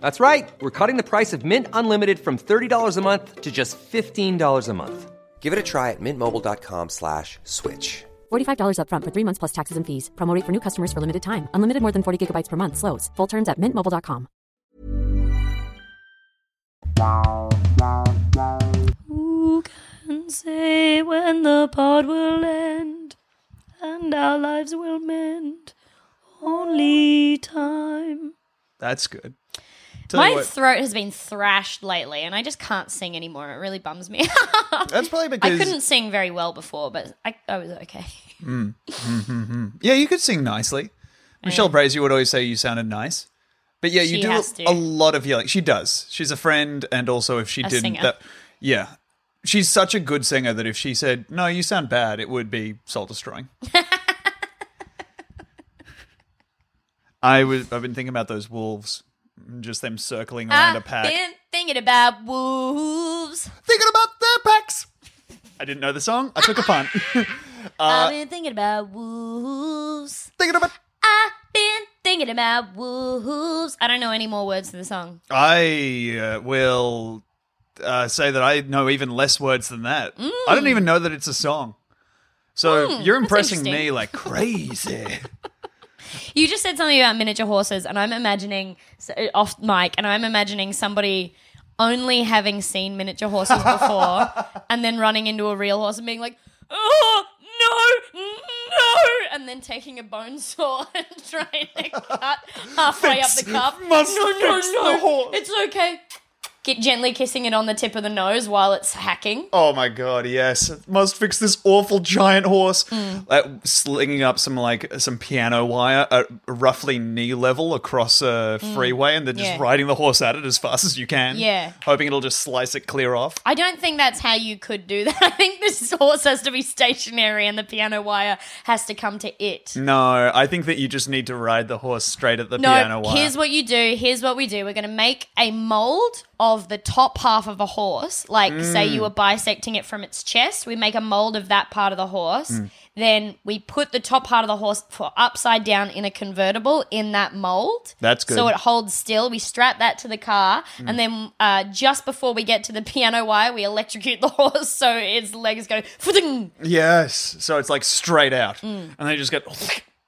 [SPEAKER 6] That's right. We're cutting the price of Mint Unlimited from $30 a month to just $15 a month. Give it a try at mintmobile.com slash switch.
[SPEAKER 7] $45 upfront for three months plus taxes and fees. Promo rate for new customers for limited time. Unlimited more than 40 gigabytes per month. Slows. Full terms at mintmobile.com.
[SPEAKER 5] Who can say when the pod will end and our lives will mend? Only time.
[SPEAKER 2] That's good. Tell you
[SPEAKER 3] My
[SPEAKER 2] what,
[SPEAKER 3] throat has been thrashed lately, and I just can't sing anymore. It really bums me. *laughs*
[SPEAKER 2] that's probably
[SPEAKER 3] I
[SPEAKER 2] because
[SPEAKER 3] couldn't sing very well before, but I, I was okay.
[SPEAKER 2] yeah, you could sing nicely. Michelle Brazier would always say you sounded nice. But yeah, you
[SPEAKER 3] Mm. She
[SPEAKER 2] do
[SPEAKER 3] has to.
[SPEAKER 2] a lot of yelling. She does. She's a friend, and also if she
[SPEAKER 3] A
[SPEAKER 2] didn't,
[SPEAKER 3] singer.
[SPEAKER 2] that yeah, she's such a good singer that if she said no, you sound bad, it would be
[SPEAKER 3] *laughs*
[SPEAKER 2] soul destroying. I was. I've been thinking about those wolves, just them circling around a
[SPEAKER 3] I've
[SPEAKER 2] pack,
[SPEAKER 3] been thinking about wolves.
[SPEAKER 2] thinking about their packs. I didn't know the song. I took a punt. *laughs* Uh,
[SPEAKER 3] I've been thinking about wolves.
[SPEAKER 2] thinking about.
[SPEAKER 3] I've been thinking about wolves. I don't know any more words to the song.
[SPEAKER 2] I uh, will uh, say that I know even less words than that. I
[SPEAKER 3] Mm.
[SPEAKER 2] don't even know that it's a song. So you're impressing me
[SPEAKER 3] interesting. *laughs*
[SPEAKER 2] like crazy.
[SPEAKER 3] You just said something about miniature horses, and I'm imagining so- off mic, and I'm imagining somebody only having seen miniature
[SPEAKER 2] *laughs*
[SPEAKER 3] horses before, and then running into a real horse and being like, "Oh no, no!" and then taking a bone saw *laughs* and trying to cut halfway up the cup.
[SPEAKER 2] must
[SPEAKER 3] no, no,
[SPEAKER 2] fix
[SPEAKER 3] no!
[SPEAKER 2] the horse."
[SPEAKER 3] It's okay. Get gently kissing it on the tip of the nose while it's hacking.
[SPEAKER 2] oh my god, yes. Must fix this awful giant horse.
[SPEAKER 3] Mm.
[SPEAKER 2] Like, slinging up some like some piano wire at roughly knee level across a freeway and then just
[SPEAKER 3] Mm. Yeah.
[SPEAKER 2] riding the horse at it as fast as you can.
[SPEAKER 3] Yeah.
[SPEAKER 2] Hoping it'll just slice it clear off.
[SPEAKER 3] I don't think that's how you could do that. *laughs* I think this horse has to be stationary and the piano wire has to come to it.
[SPEAKER 2] No, I think that you just need to ride the horse straight at the piano
[SPEAKER 3] No,
[SPEAKER 2] wire.
[SPEAKER 3] here's what you do. Here's what we do. We're going to make a mold of the top half of a horse. Like, say
[SPEAKER 2] Mm.
[SPEAKER 3] you were bisecting it from its chest. We make a mold of that part of the horse.
[SPEAKER 2] Mm.
[SPEAKER 3] Then we put the top part of the horse for upside down in a convertible in that mold.
[SPEAKER 2] That's
[SPEAKER 3] So
[SPEAKER 2] good. Mm.
[SPEAKER 3] it holds still. We strap that to the car. And then uh, just before we get to the *laughs* piano wire, we electrocute the horse so its legs go. "Fudung."
[SPEAKER 2] Yes. So it's like straight out.
[SPEAKER 3] Mm.
[SPEAKER 2] And they just get.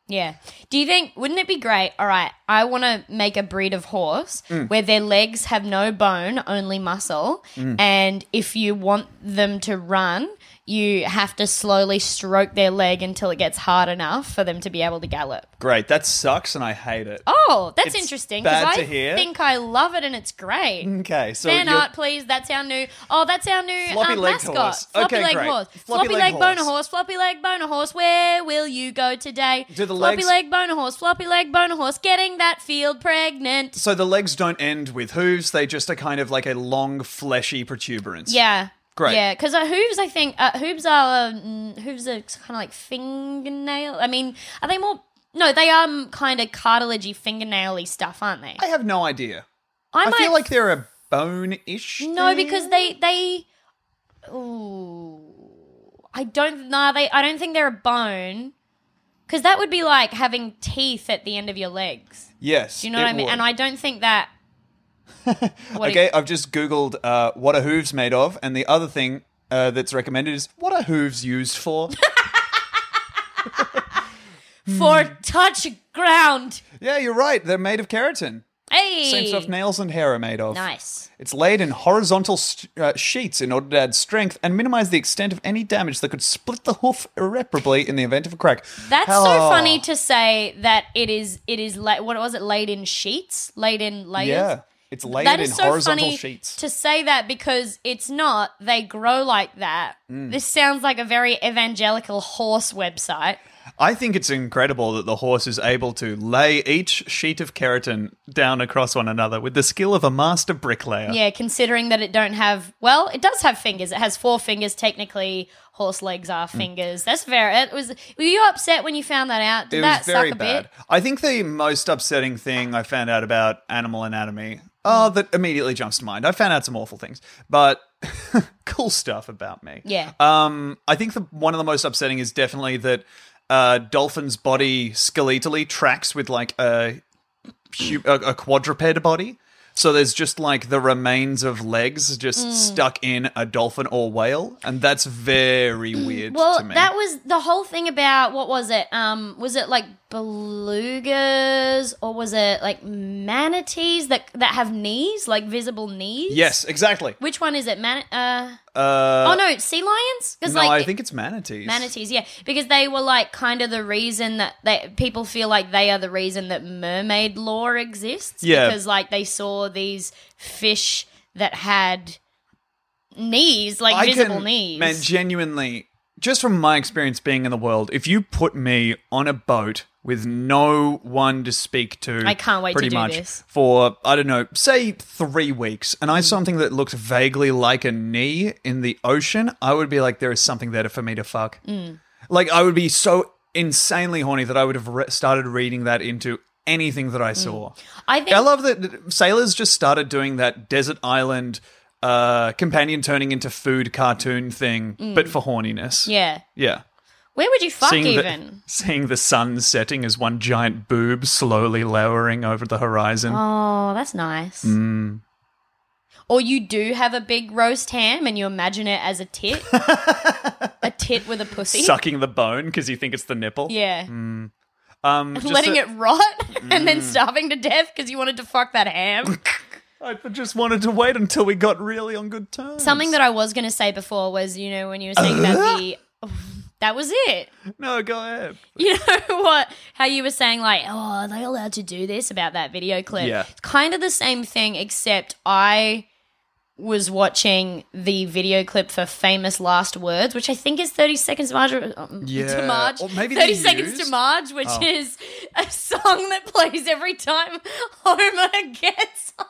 [SPEAKER 3] Yeah. Do you think wouldn't it be great? All right, I want to make a breed of horse
[SPEAKER 2] Mm.
[SPEAKER 3] where their legs have no bone, only muscle,
[SPEAKER 2] Mm.
[SPEAKER 3] and if you want them to run, you have to slowly stroke their leg until it gets hard enough for them to be able to gallop.
[SPEAKER 2] Great. That sucks and I hate it.
[SPEAKER 3] Oh, that's
[SPEAKER 2] It's
[SPEAKER 3] interesting
[SPEAKER 2] bad
[SPEAKER 3] because I
[SPEAKER 2] to hear.
[SPEAKER 3] think I love it and it's great.
[SPEAKER 2] Okay. So
[SPEAKER 3] Fan
[SPEAKER 2] you're-
[SPEAKER 3] art, please. That's our new. Oh, that's our new
[SPEAKER 2] Floppy
[SPEAKER 3] um,
[SPEAKER 2] legged
[SPEAKER 3] mascot.
[SPEAKER 2] horse.
[SPEAKER 3] Floppy
[SPEAKER 2] Okay,
[SPEAKER 3] leg
[SPEAKER 2] great.
[SPEAKER 3] horse.
[SPEAKER 2] Floppy
[SPEAKER 3] Floppy,
[SPEAKER 2] leg
[SPEAKER 3] leg, boner
[SPEAKER 2] horse.
[SPEAKER 3] horse. Floppy leg boner horse. Where will you go today?
[SPEAKER 2] Do the
[SPEAKER 3] floppy
[SPEAKER 2] legs-
[SPEAKER 3] leg boner horse. Floppy leg boner horse. Getting that field pregnant.
[SPEAKER 2] So the legs don't end with hooves. They just are kind of like a long, fleshy protuberance.
[SPEAKER 3] Yeah.
[SPEAKER 2] Great.
[SPEAKER 3] Yeah, because uh, hooves, I think uh, hooves are um, hooves are kind of like fingernail. I mean, are they more? No, they are um, kind of cartilagey, fingernaily stuff, aren't they?
[SPEAKER 2] I have no idea.
[SPEAKER 3] I,
[SPEAKER 2] I, feel like they're a bone ish.
[SPEAKER 3] No, because they they. Ooh, I don't. Nah, they. I don't think they're a bone. Because that would be like having teeth at the end of your legs.
[SPEAKER 2] Yes.
[SPEAKER 3] Do you know what I mean? And I don't think
[SPEAKER 2] *laughs*
[SPEAKER 3] that. what do you-
[SPEAKER 2] Okay, I've just Googled uh, what are hooves made of, and the other thing uh, that's recommended is what are hooves used for?
[SPEAKER 3] *laughs* e- for touch ground.
[SPEAKER 2] yeah, you're right. They're made of keratin.
[SPEAKER 3] Hey,
[SPEAKER 2] Same stuff nails and hair are made of.
[SPEAKER 3] Nice.
[SPEAKER 2] It's laid in horizontal st- uh, sheets in order to add strength and minimize the extent of any damage that could split the hoof irreparably in the event of a crack.
[SPEAKER 3] That's so
[SPEAKER 2] Hello.
[SPEAKER 3] funny to say that it is. It is. La- what was it? Laid in sheets. Laid in layers.
[SPEAKER 2] Yeah, it's laid
[SPEAKER 3] That
[SPEAKER 2] in
[SPEAKER 3] is so
[SPEAKER 2] horizontal
[SPEAKER 3] funny
[SPEAKER 2] sheets.
[SPEAKER 3] to say that because it's not. They grow like that.
[SPEAKER 2] Mm.
[SPEAKER 3] This sounds like a very evangelical horse website.
[SPEAKER 2] I think it's incredible that the horse is able to lay each sheet of keratin down across one another with the skill of a master bricklayer.
[SPEAKER 3] Yeah, considering that it don't have. Well, it does have fingers. It has four fingers technically. Horse legs are
[SPEAKER 2] Mm.
[SPEAKER 3] fingers. That's fair. It was. Were you upset when you found that out? Did
[SPEAKER 2] It
[SPEAKER 3] that
[SPEAKER 2] was very
[SPEAKER 3] suck a
[SPEAKER 2] bad.
[SPEAKER 3] bit?
[SPEAKER 2] I think the most upsetting thing I found out about animal anatomy, oh, that immediately jumps to mind. I found out some awful things, but *laughs* cool stuff about me.
[SPEAKER 3] Yeah.
[SPEAKER 2] Um, I think the one of the most upsetting is definitely that uh, dolphin's body skeletally tracks with like a hu- a, a quadruped body. So there's just like the remains of legs just
[SPEAKER 3] Mm.
[SPEAKER 2] stuck in a dolphin or whale, and that's very weird
[SPEAKER 3] Well,
[SPEAKER 2] to me.
[SPEAKER 3] that was the whole thing about what was it? Um, was it like belugas or was it like manatees that that have knees, like visible knees?
[SPEAKER 2] yes, exactly.
[SPEAKER 3] Which one is it? Man. Uh,
[SPEAKER 2] Uh,
[SPEAKER 3] oh no, sea lions.
[SPEAKER 2] no,
[SPEAKER 3] Because like
[SPEAKER 2] I think it's manatees.
[SPEAKER 3] manatees, yeah, because they were like kind of the reason that they, people feel like they are the reason that mermaid lore exists.
[SPEAKER 2] Yeah.
[SPEAKER 3] because like they saw these fish that had knees, like
[SPEAKER 2] I
[SPEAKER 3] visible
[SPEAKER 2] can-
[SPEAKER 3] knees.
[SPEAKER 2] Man, genuinely, just from my experience being in the world, if you put me on a boat with no one to speak to,
[SPEAKER 3] I can't wait to
[SPEAKER 2] pretty
[SPEAKER 3] do
[SPEAKER 2] much
[SPEAKER 3] this. Mm.
[SPEAKER 2] for I don't know, say three weeks, and I saw something that looked vaguely like a knee in the ocean, I would be like, there is something there for me to fuck.
[SPEAKER 4] Mm.
[SPEAKER 2] Like I would be so insanely horny that I would have re- started reading that into anything
[SPEAKER 3] Mm.
[SPEAKER 2] that I saw.
[SPEAKER 3] I think
[SPEAKER 2] I love that- that sailors just started doing that desert island uh, companion turning into food cartoon thing,
[SPEAKER 3] Mm.
[SPEAKER 2] but for horniness.
[SPEAKER 3] Yeah.
[SPEAKER 2] Yeah.
[SPEAKER 3] Where would you fuck
[SPEAKER 2] The,
[SPEAKER 3] even?
[SPEAKER 2] seeing the sun setting as one giant boob slowly lowering over the horizon.
[SPEAKER 3] Oh, that's nice.
[SPEAKER 2] Mm.
[SPEAKER 3] Or you do have a big roast ham and you imagine it as a
[SPEAKER 2] *laughs*
[SPEAKER 3] tit. a tit with a pussy.
[SPEAKER 2] Sucking the bone because you think it's the nipple.
[SPEAKER 3] Yeah. *laughs*
[SPEAKER 2] Mm. Um, just
[SPEAKER 3] Letting
[SPEAKER 2] a-
[SPEAKER 3] it rot *laughs* and then
[SPEAKER 2] Mm.
[SPEAKER 3] starving to death because you wanted to fuck that ham.
[SPEAKER 2] I just wanted to wait until we got really on good terms.
[SPEAKER 3] Something that I was going to say before was, you know, when you were saying
[SPEAKER 2] *laughs*
[SPEAKER 3] about the. oh, That was it.
[SPEAKER 2] No, go ahead.
[SPEAKER 3] *laughs* You know what? How you were saying, like, oh, are they allowed to do this about that video clip?
[SPEAKER 2] Yeah.
[SPEAKER 3] It's kind of the same thing, except I was watching the video clip for Famous Last Words, which I think is 30 Seconds Marge, um,
[SPEAKER 4] Yeah.
[SPEAKER 3] to Marge.
[SPEAKER 4] Or maybe they
[SPEAKER 3] 30 Seconds
[SPEAKER 4] used-
[SPEAKER 3] to Marge, which
[SPEAKER 4] Oh.
[SPEAKER 3] is a song that plays every time Homer gets on.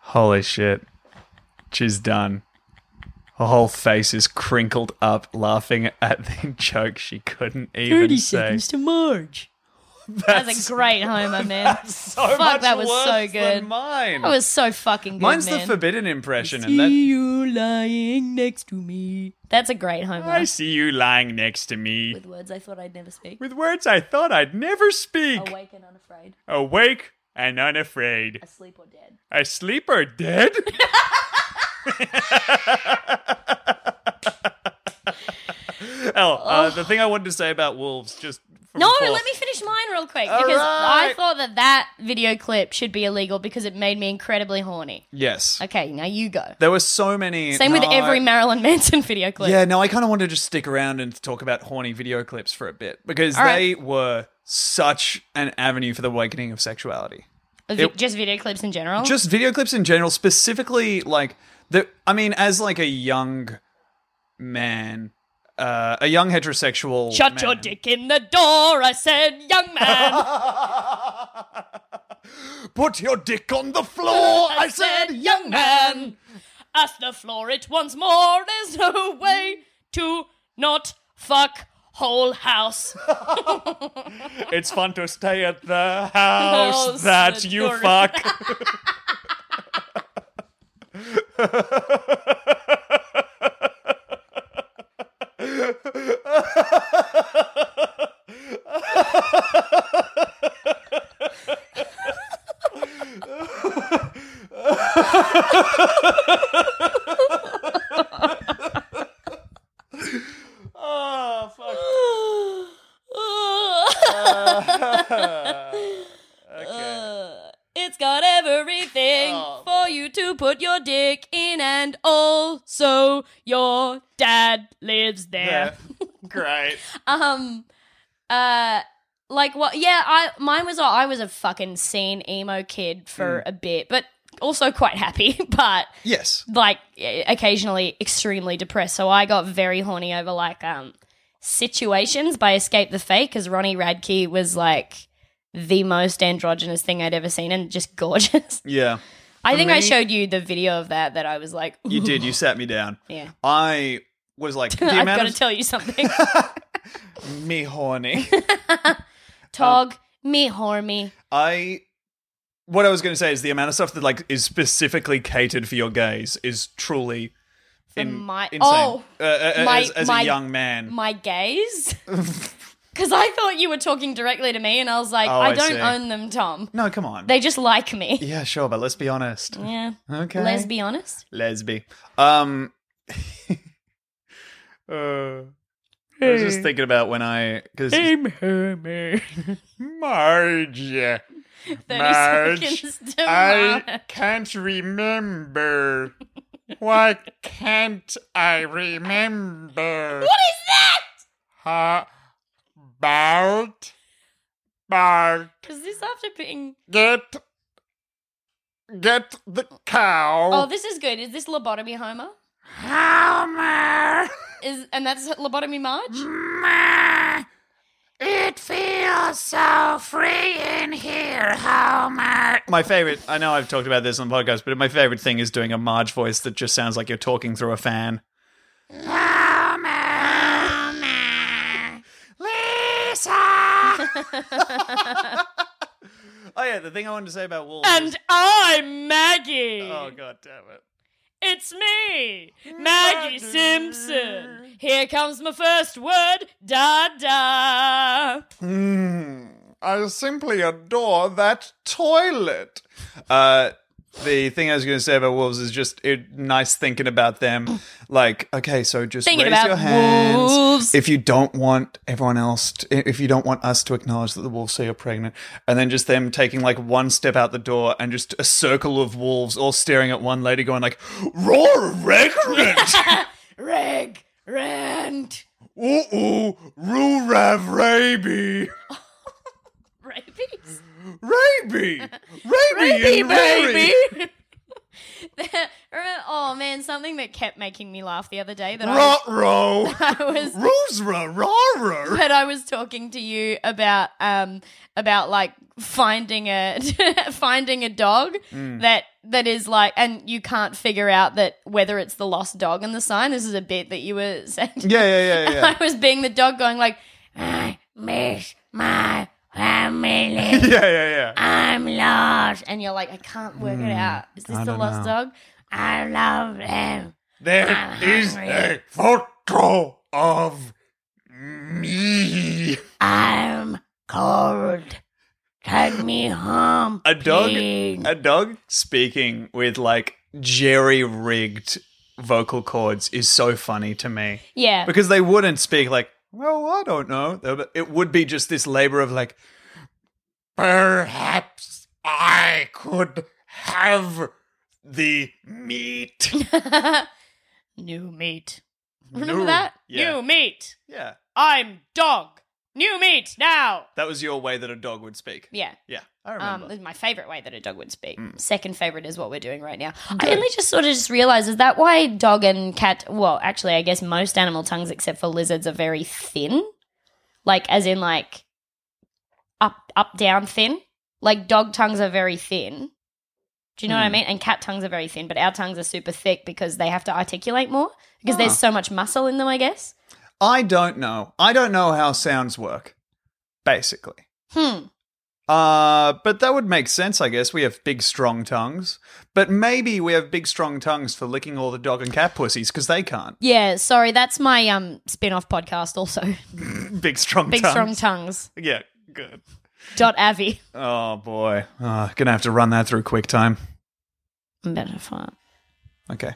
[SPEAKER 2] Holy shit. She's done. Her whole face is crinkled up, laughing at the *laughs* joke she couldn't even
[SPEAKER 5] 30
[SPEAKER 2] say.
[SPEAKER 5] seconds to Marge.
[SPEAKER 3] That's, a great
[SPEAKER 4] *laughs*
[SPEAKER 3] Homer, man. Fuck,
[SPEAKER 5] much
[SPEAKER 3] that was so
[SPEAKER 5] worse
[SPEAKER 3] good.
[SPEAKER 5] than
[SPEAKER 2] mine.
[SPEAKER 3] That was so fucking good.
[SPEAKER 2] Mine's the
[SPEAKER 3] man.
[SPEAKER 2] forbidden impression, and
[SPEAKER 5] See
[SPEAKER 2] that
[SPEAKER 5] you lying next to me.
[SPEAKER 3] That's a great Homer.
[SPEAKER 2] I see you lying next to me.
[SPEAKER 3] With words I thought I'd never speak.
[SPEAKER 2] With words I thought I'd never speak.
[SPEAKER 3] Awake and unafraid.
[SPEAKER 2] Awake and unafraid.
[SPEAKER 3] Asleep or dead.
[SPEAKER 2] Asleep
[SPEAKER 3] *laughs*
[SPEAKER 2] or dead? oh, uh, the thing I wanted to say about wolves, just from
[SPEAKER 3] No,
[SPEAKER 2] before-
[SPEAKER 3] let me finish mine real quick
[SPEAKER 4] All
[SPEAKER 3] because I
[SPEAKER 4] right.
[SPEAKER 3] thought that that video clip should be illegal because it made me incredibly horny.
[SPEAKER 2] Yes,
[SPEAKER 3] Okay, now you go.
[SPEAKER 2] there were so many.
[SPEAKER 3] Same with
[SPEAKER 2] No,
[SPEAKER 3] every
[SPEAKER 2] I-
[SPEAKER 3] Marilyn Manson video clip.
[SPEAKER 2] Yeah, no, I kind of wanted to just stick around and talk about horny video clips for a bit because
[SPEAKER 3] All right.
[SPEAKER 2] they were such an avenue for the awakening of sexuality.
[SPEAKER 3] Vi-
[SPEAKER 2] It-
[SPEAKER 3] just video clips in general.
[SPEAKER 2] just video clips in general, specifically like the. I mean, as like a young man, uh, a young heterosexual.
[SPEAKER 3] shut
[SPEAKER 2] man-
[SPEAKER 3] your dick in the door. I said, young man.
[SPEAKER 2] Put your dick on the floor.
[SPEAKER 3] *laughs* I said, young man. Ask the floor it once more. There's no way to not fuck whole house.
[SPEAKER 2] It's fun to stay at the
[SPEAKER 3] house
[SPEAKER 2] house that
[SPEAKER 3] that
[SPEAKER 2] you
[SPEAKER 3] you're- *laughs*
[SPEAKER 2] fuck. oh, fuck.
[SPEAKER 3] Uh, it's got everything for you to put your dick in, and also your dad lives *laughs* there.
[SPEAKER 2] Great.
[SPEAKER 3] um, uh, like what? Yeah, I mine was. I was a fucking scene emo kid for
[SPEAKER 2] Mm.
[SPEAKER 3] a bit, but also quite happy. *laughs* But
[SPEAKER 2] Yes.
[SPEAKER 3] like eh, occasionally extremely depressed. So I got very horny over like um situations by Escape the Fate because Ronnie Radke was like the most androgynous thing I'd ever seen and just *laughs* gorgeous.
[SPEAKER 2] Yeah.
[SPEAKER 3] I
[SPEAKER 2] For
[SPEAKER 3] think I
[SPEAKER 2] me-
[SPEAKER 3] showed you the video of that that I was like,
[SPEAKER 2] You did. You sat me down.
[SPEAKER 3] *laughs* yeah.
[SPEAKER 2] I was like,
[SPEAKER 3] *laughs*
[SPEAKER 2] the
[SPEAKER 3] I've
[SPEAKER 2] amount
[SPEAKER 3] got
[SPEAKER 2] of Um,
[SPEAKER 3] to tell you something.
[SPEAKER 2] *laughs* me horny.
[SPEAKER 3] Tog, me horny.
[SPEAKER 2] I what I was going to say is the amount of stuff that like is specifically catered for your gaze is truly
[SPEAKER 3] For
[SPEAKER 2] in,
[SPEAKER 3] my-
[SPEAKER 2] insane.
[SPEAKER 3] oh,
[SPEAKER 2] uh, uh,
[SPEAKER 3] my-
[SPEAKER 2] as, as
[SPEAKER 3] my- *laughs*
[SPEAKER 2] a young man,
[SPEAKER 3] My gaze. Because I thought you were talking directly to me, and I was like,
[SPEAKER 2] Oh,
[SPEAKER 3] I
[SPEAKER 2] I
[SPEAKER 3] don't
[SPEAKER 2] see.
[SPEAKER 3] own them, Tom.
[SPEAKER 2] *laughs* No, come on.
[SPEAKER 3] They just like
[SPEAKER 2] *laughs*
[SPEAKER 3] me.
[SPEAKER 2] yeah, sure, but let's be honest.
[SPEAKER 3] Yeah.
[SPEAKER 2] Okay.
[SPEAKER 3] Let's be honest.
[SPEAKER 2] Lesby. Um, uh, I was just
[SPEAKER 4] Hey.
[SPEAKER 2] thinking about when I because
[SPEAKER 4] *laughs* Marge.
[SPEAKER 3] seconds
[SPEAKER 4] Marge.
[SPEAKER 3] to
[SPEAKER 4] I
[SPEAKER 3] Marge.
[SPEAKER 4] can't remember. Why can't I remember? What is that? About Bart.
[SPEAKER 3] Because this after being.
[SPEAKER 4] Get get the cow.
[SPEAKER 3] Oh, this is good. Is this lobotomy Homer?
[SPEAKER 4] Homer.
[SPEAKER 3] Is and that's lobotomy Marge.
[SPEAKER 4] It feels so free in here, Homer.
[SPEAKER 2] my favorite. I know I've talked about this on the podcast, but my favorite thing is doing a Marge voice that just sounds like you're talking through a fan.
[SPEAKER 4] Lisa.
[SPEAKER 2] *laughs* Oh yeah, the thing I wanted to say about wolves.
[SPEAKER 3] And I'm Maggie.
[SPEAKER 2] Oh god damn it.
[SPEAKER 3] It's me, Maggie Simpson. Here comes my first word, da da.
[SPEAKER 4] Hmm. I simply adore that toilet.
[SPEAKER 2] Uh, the thing I was going to say about wolves is just it, nice thinking about them. Like, okay, so just
[SPEAKER 4] Thinking
[SPEAKER 2] raise
[SPEAKER 4] about
[SPEAKER 2] your hands
[SPEAKER 4] wolves.
[SPEAKER 2] if you don't want everyone else, to, if you don't want us to acknowledge that the wolves say you're pregnant, and then just them taking like one step out the door and just a circle of wolves all staring at one lady, going like, "Roar, regnant,
[SPEAKER 4] *laughs*
[SPEAKER 3] Reg,
[SPEAKER 2] *laughs*
[SPEAKER 3] rent,
[SPEAKER 4] Ooh, ooh, roo rav raby.
[SPEAKER 3] rabies,
[SPEAKER 4] *laughs* Raby! Raby
[SPEAKER 3] Raby,
[SPEAKER 4] and Rary.
[SPEAKER 3] baby. *laughs* Remember- oh man, something that kept making me laugh the other day that
[SPEAKER 4] *laughs* Ruh-roh.
[SPEAKER 3] *laughs* I was, I was
[SPEAKER 4] Roosra rara.
[SPEAKER 3] *laughs* But I was talking to you about um about like finding a *laughs* finding a dog
[SPEAKER 4] Mm.
[SPEAKER 3] that that is like and you can't figure out that whether it's the lost dog in the sign. This is a bit that you were *laughs* saying.
[SPEAKER 4] Yeah, yeah, yeah,
[SPEAKER 2] *laughs*
[SPEAKER 4] yeah.
[SPEAKER 3] I was being the dog going like I miss my family.
[SPEAKER 4] yeah, *laughs* yeah, yeah.
[SPEAKER 3] I'm lost and you're like, I can't work it
[SPEAKER 4] Hmm,
[SPEAKER 3] out. Is this
[SPEAKER 4] I
[SPEAKER 3] the
[SPEAKER 4] don't
[SPEAKER 3] lost
[SPEAKER 4] know.
[SPEAKER 3] dog? I love him.
[SPEAKER 4] There is a photo of me.
[SPEAKER 3] I'm cold. Take me home.
[SPEAKER 2] a dog,
[SPEAKER 3] please."
[SPEAKER 2] a dog speaking with like jerry rigged vocal cords is so funny to me.
[SPEAKER 4] Yeah.
[SPEAKER 2] because they wouldn't speak like, well, I don't know. They would- It would be just this labor of like,
[SPEAKER 4] Perhaps I could have the
[SPEAKER 3] *laughs*
[SPEAKER 4] meat.
[SPEAKER 3] New meat.
[SPEAKER 4] Remember that?
[SPEAKER 2] Yeah.
[SPEAKER 3] New meat.
[SPEAKER 2] Yeah.
[SPEAKER 3] I'm dog. New meat now.
[SPEAKER 2] That was your way that a dog would speak.
[SPEAKER 3] Yeah.
[SPEAKER 2] Yeah. I remember. Mm.
[SPEAKER 3] Um, it's my favorite way that a dog would speak. Second favorite is what we're doing right now. I only just sort of just realized is that why dog and cat? Well, actually, I guess most animal tongues except for lizards are very thin, like as in like up up down thin. Like dog tongues are very thin. Do you know what I
[SPEAKER 8] Hmm.
[SPEAKER 3] mean? And cat tongues are very thin, but our tongues are super thick because they have to articulate more because
[SPEAKER 2] Ah.
[SPEAKER 3] there's so much muscle in them. I guess.
[SPEAKER 2] I don't know. I don't know how sounds work, basically.
[SPEAKER 3] Hmm.
[SPEAKER 2] Uh, but that would make sense, I guess. We have big, strong tongues. But maybe we have big, strong tongues for licking all the dog and cat pussies because they can't. *laughs*
[SPEAKER 3] Yeah. Sorry, that's my um spin-off podcast. Also, *laughs*
[SPEAKER 2] Big, strong
[SPEAKER 3] big
[SPEAKER 2] tongues.
[SPEAKER 3] strong tongues.
[SPEAKER 2] Yeah, good.
[SPEAKER 3] Dot Avi.
[SPEAKER 2] Oh, boy. Uh, gonna have to run that through QuickTime.
[SPEAKER 3] Better fun.
[SPEAKER 2] Okay.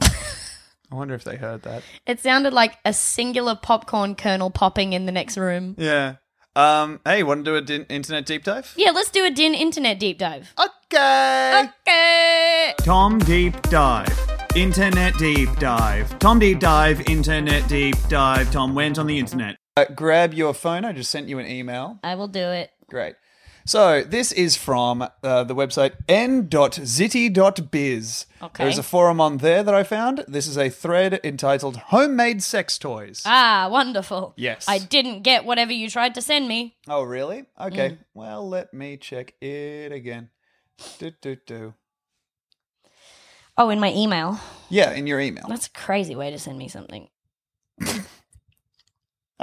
[SPEAKER 2] I wonder if they heard that.
[SPEAKER 3] It sounded like a singular popcorn kernel popping in the next room.
[SPEAKER 2] Yeah. Um. Hey, want to do a din- internet deep dive?
[SPEAKER 3] Yeah, let's do a din internet deep dive.
[SPEAKER 2] Okay.
[SPEAKER 3] Okay.
[SPEAKER 2] Tom deep dive. Internet deep dive. Tom deep dive. Internet deep dive. Tom went on the internet. Uh, grab your phone. I just sent you an email.
[SPEAKER 3] I will do it.
[SPEAKER 2] Great. So this is from uh, the website n.zitty.biz.
[SPEAKER 3] Okay.
[SPEAKER 2] There is a forum on there that I found. This is a thread entitled "Homemade Sex Toys."
[SPEAKER 3] Ah, wonderful.
[SPEAKER 2] Yes.
[SPEAKER 3] I didn't get whatever you tried to send me.
[SPEAKER 2] Oh, really? Okay.
[SPEAKER 3] Mm.
[SPEAKER 2] Well, let me check it again. Do, do, do.
[SPEAKER 3] Oh, in my email.
[SPEAKER 2] Yeah, in your email.
[SPEAKER 3] That's a crazy way to send me something.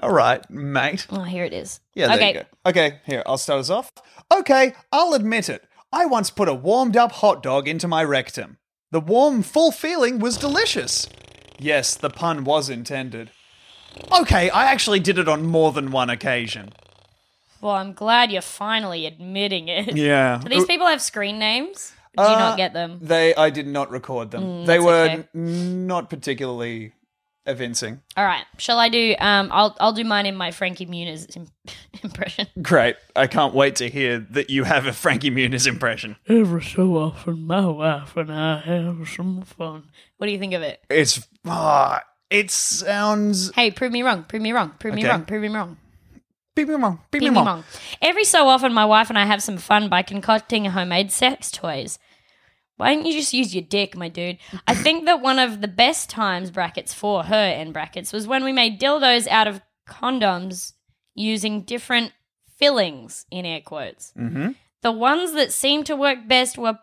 [SPEAKER 2] All right, mate.
[SPEAKER 3] Oh, here it is.
[SPEAKER 2] Yeah, there
[SPEAKER 3] okay.
[SPEAKER 2] you go. Okay, here, I'll start us off. Okay, I'll admit it. I once put a warmed up hot dog into my rectum. The warm, full feeling was delicious. Yes, the pun was intended. Okay, I actually did it on more than one occasion.
[SPEAKER 3] Well, I'm glad you're finally admitting it.
[SPEAKER 2] Yeah.
[SPEAKER 3] Do these people have screen names? Or do you
[SPEAKER 2] Uh,
[SPEAKER 3] not get them?
[SPEAKER 2] They, I did not record them.
[SPEAKER 3] Mm,
[SPEAKER 2] they
[SPEAKER 3] that's
[SPEAKER 2] were
[SPEAKER 3] okay.
[SPEAKER 2] n- not particularly evincing.
[SPEAKER 3] All right. Shall I do? Um, I'll I'll do mine in my Frankie Muniz im- *laughs* impression.
[SPEAKER 2] Great. I can't wait to hear that you have a Frankie Muniz impression.
[SPEAKER 5] Every so often, my wife and I have some fun.
[SPEAKER 3] What do you think of it?
[SPEAKER 2] It's ah, it sounds.
[SPEAKER 3] Hey, prove me wrong. Prove me wrong. Prove me
[SPEAKER 2] Okay.
[SPEAKER 3] wrong. Prove me wrong.
[SPEAKER 2] Prove me wrong. Prove
[SPEAKER 3] me wrong. Every so often, my wife and I have some fun by concocting homemade sex toys. Why don't you just use your dick, my dude? *laughs* I think that one of the best times brackets for her end brackets was when we made dildos out of condoms using different fillings in air quotes.
[SPEAKER 4] Mhm.
[SPEAKER 3] The ones that seemed to work best were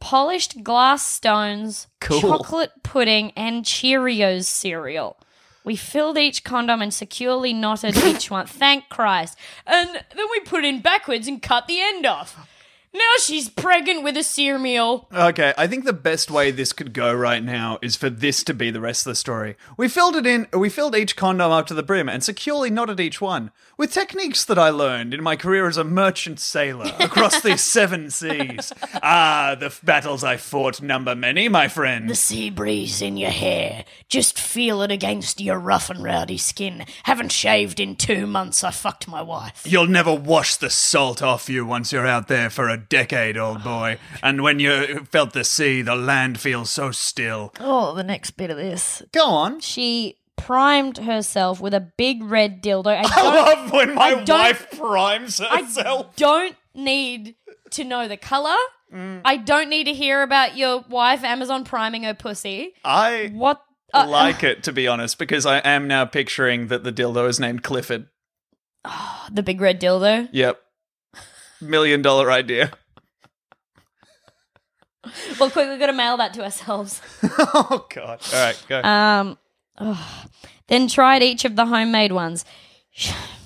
[SPEAKER 3] polished glass stones,
[SPEAKER 4] Cool.
[SPEAKER 3] chocolate pudding, and Cheerios cereal. We filled each condom and securely knotted each one. Thank Christ. And then we put in backwards and cut the end off. Now she's pregnant with a cereal.
[SPEAKER 2] Okay, I think the best way this could go right now is for this to be the rest of the story. We filled it in. We filled each condom up to the brim and securely knotted each one with techniques that I learned in my career as a merchant sailor across
[SPEAKER 3] *laughs*
[SPEAKER 2] the seven seas. Ah, the f- battles I fought number many, my friend.
[SPEAKER 8] The sea breeze in your hair. Just feel it against your rough and rowdy skin. Haven't shaved in two months. I fucked my wife.
[SPEAKER 2] You'll never wash the salt off you once you're out there for a decade, old boy. And when you felt the sea, the land feels so still.
[SPEAKER 3] Oh, the next bit of this.
[SPEAKER 2] Go on.
[SPEAKER 3] She primed herself with a big red dildo. *laughs* *laughs* I,
[SPEAKER 2] *laughs* love when my wife primes
[SPEAKER 3] I don't need to know the color. I don't need to hear about your wife Amazon priming her pussy.
[SPEAKER 2] I
[SPEAKER 3] what uh,
[SPEAKER 2] like it to be honest, because I am now picturing that the dildo is named Clifford.
[SPEAKER 3] *laughs* the big red dildo.
[SPEAKER 2] Yep, million dollar idea. *laughs*
[SPEAKER 3] Well, quick, we've got to mail that to ourselves.
[SPEAKER 2] oh God! All right, go.
[SPEAKER 3] Um, ugh. then tried each of the homemade ones.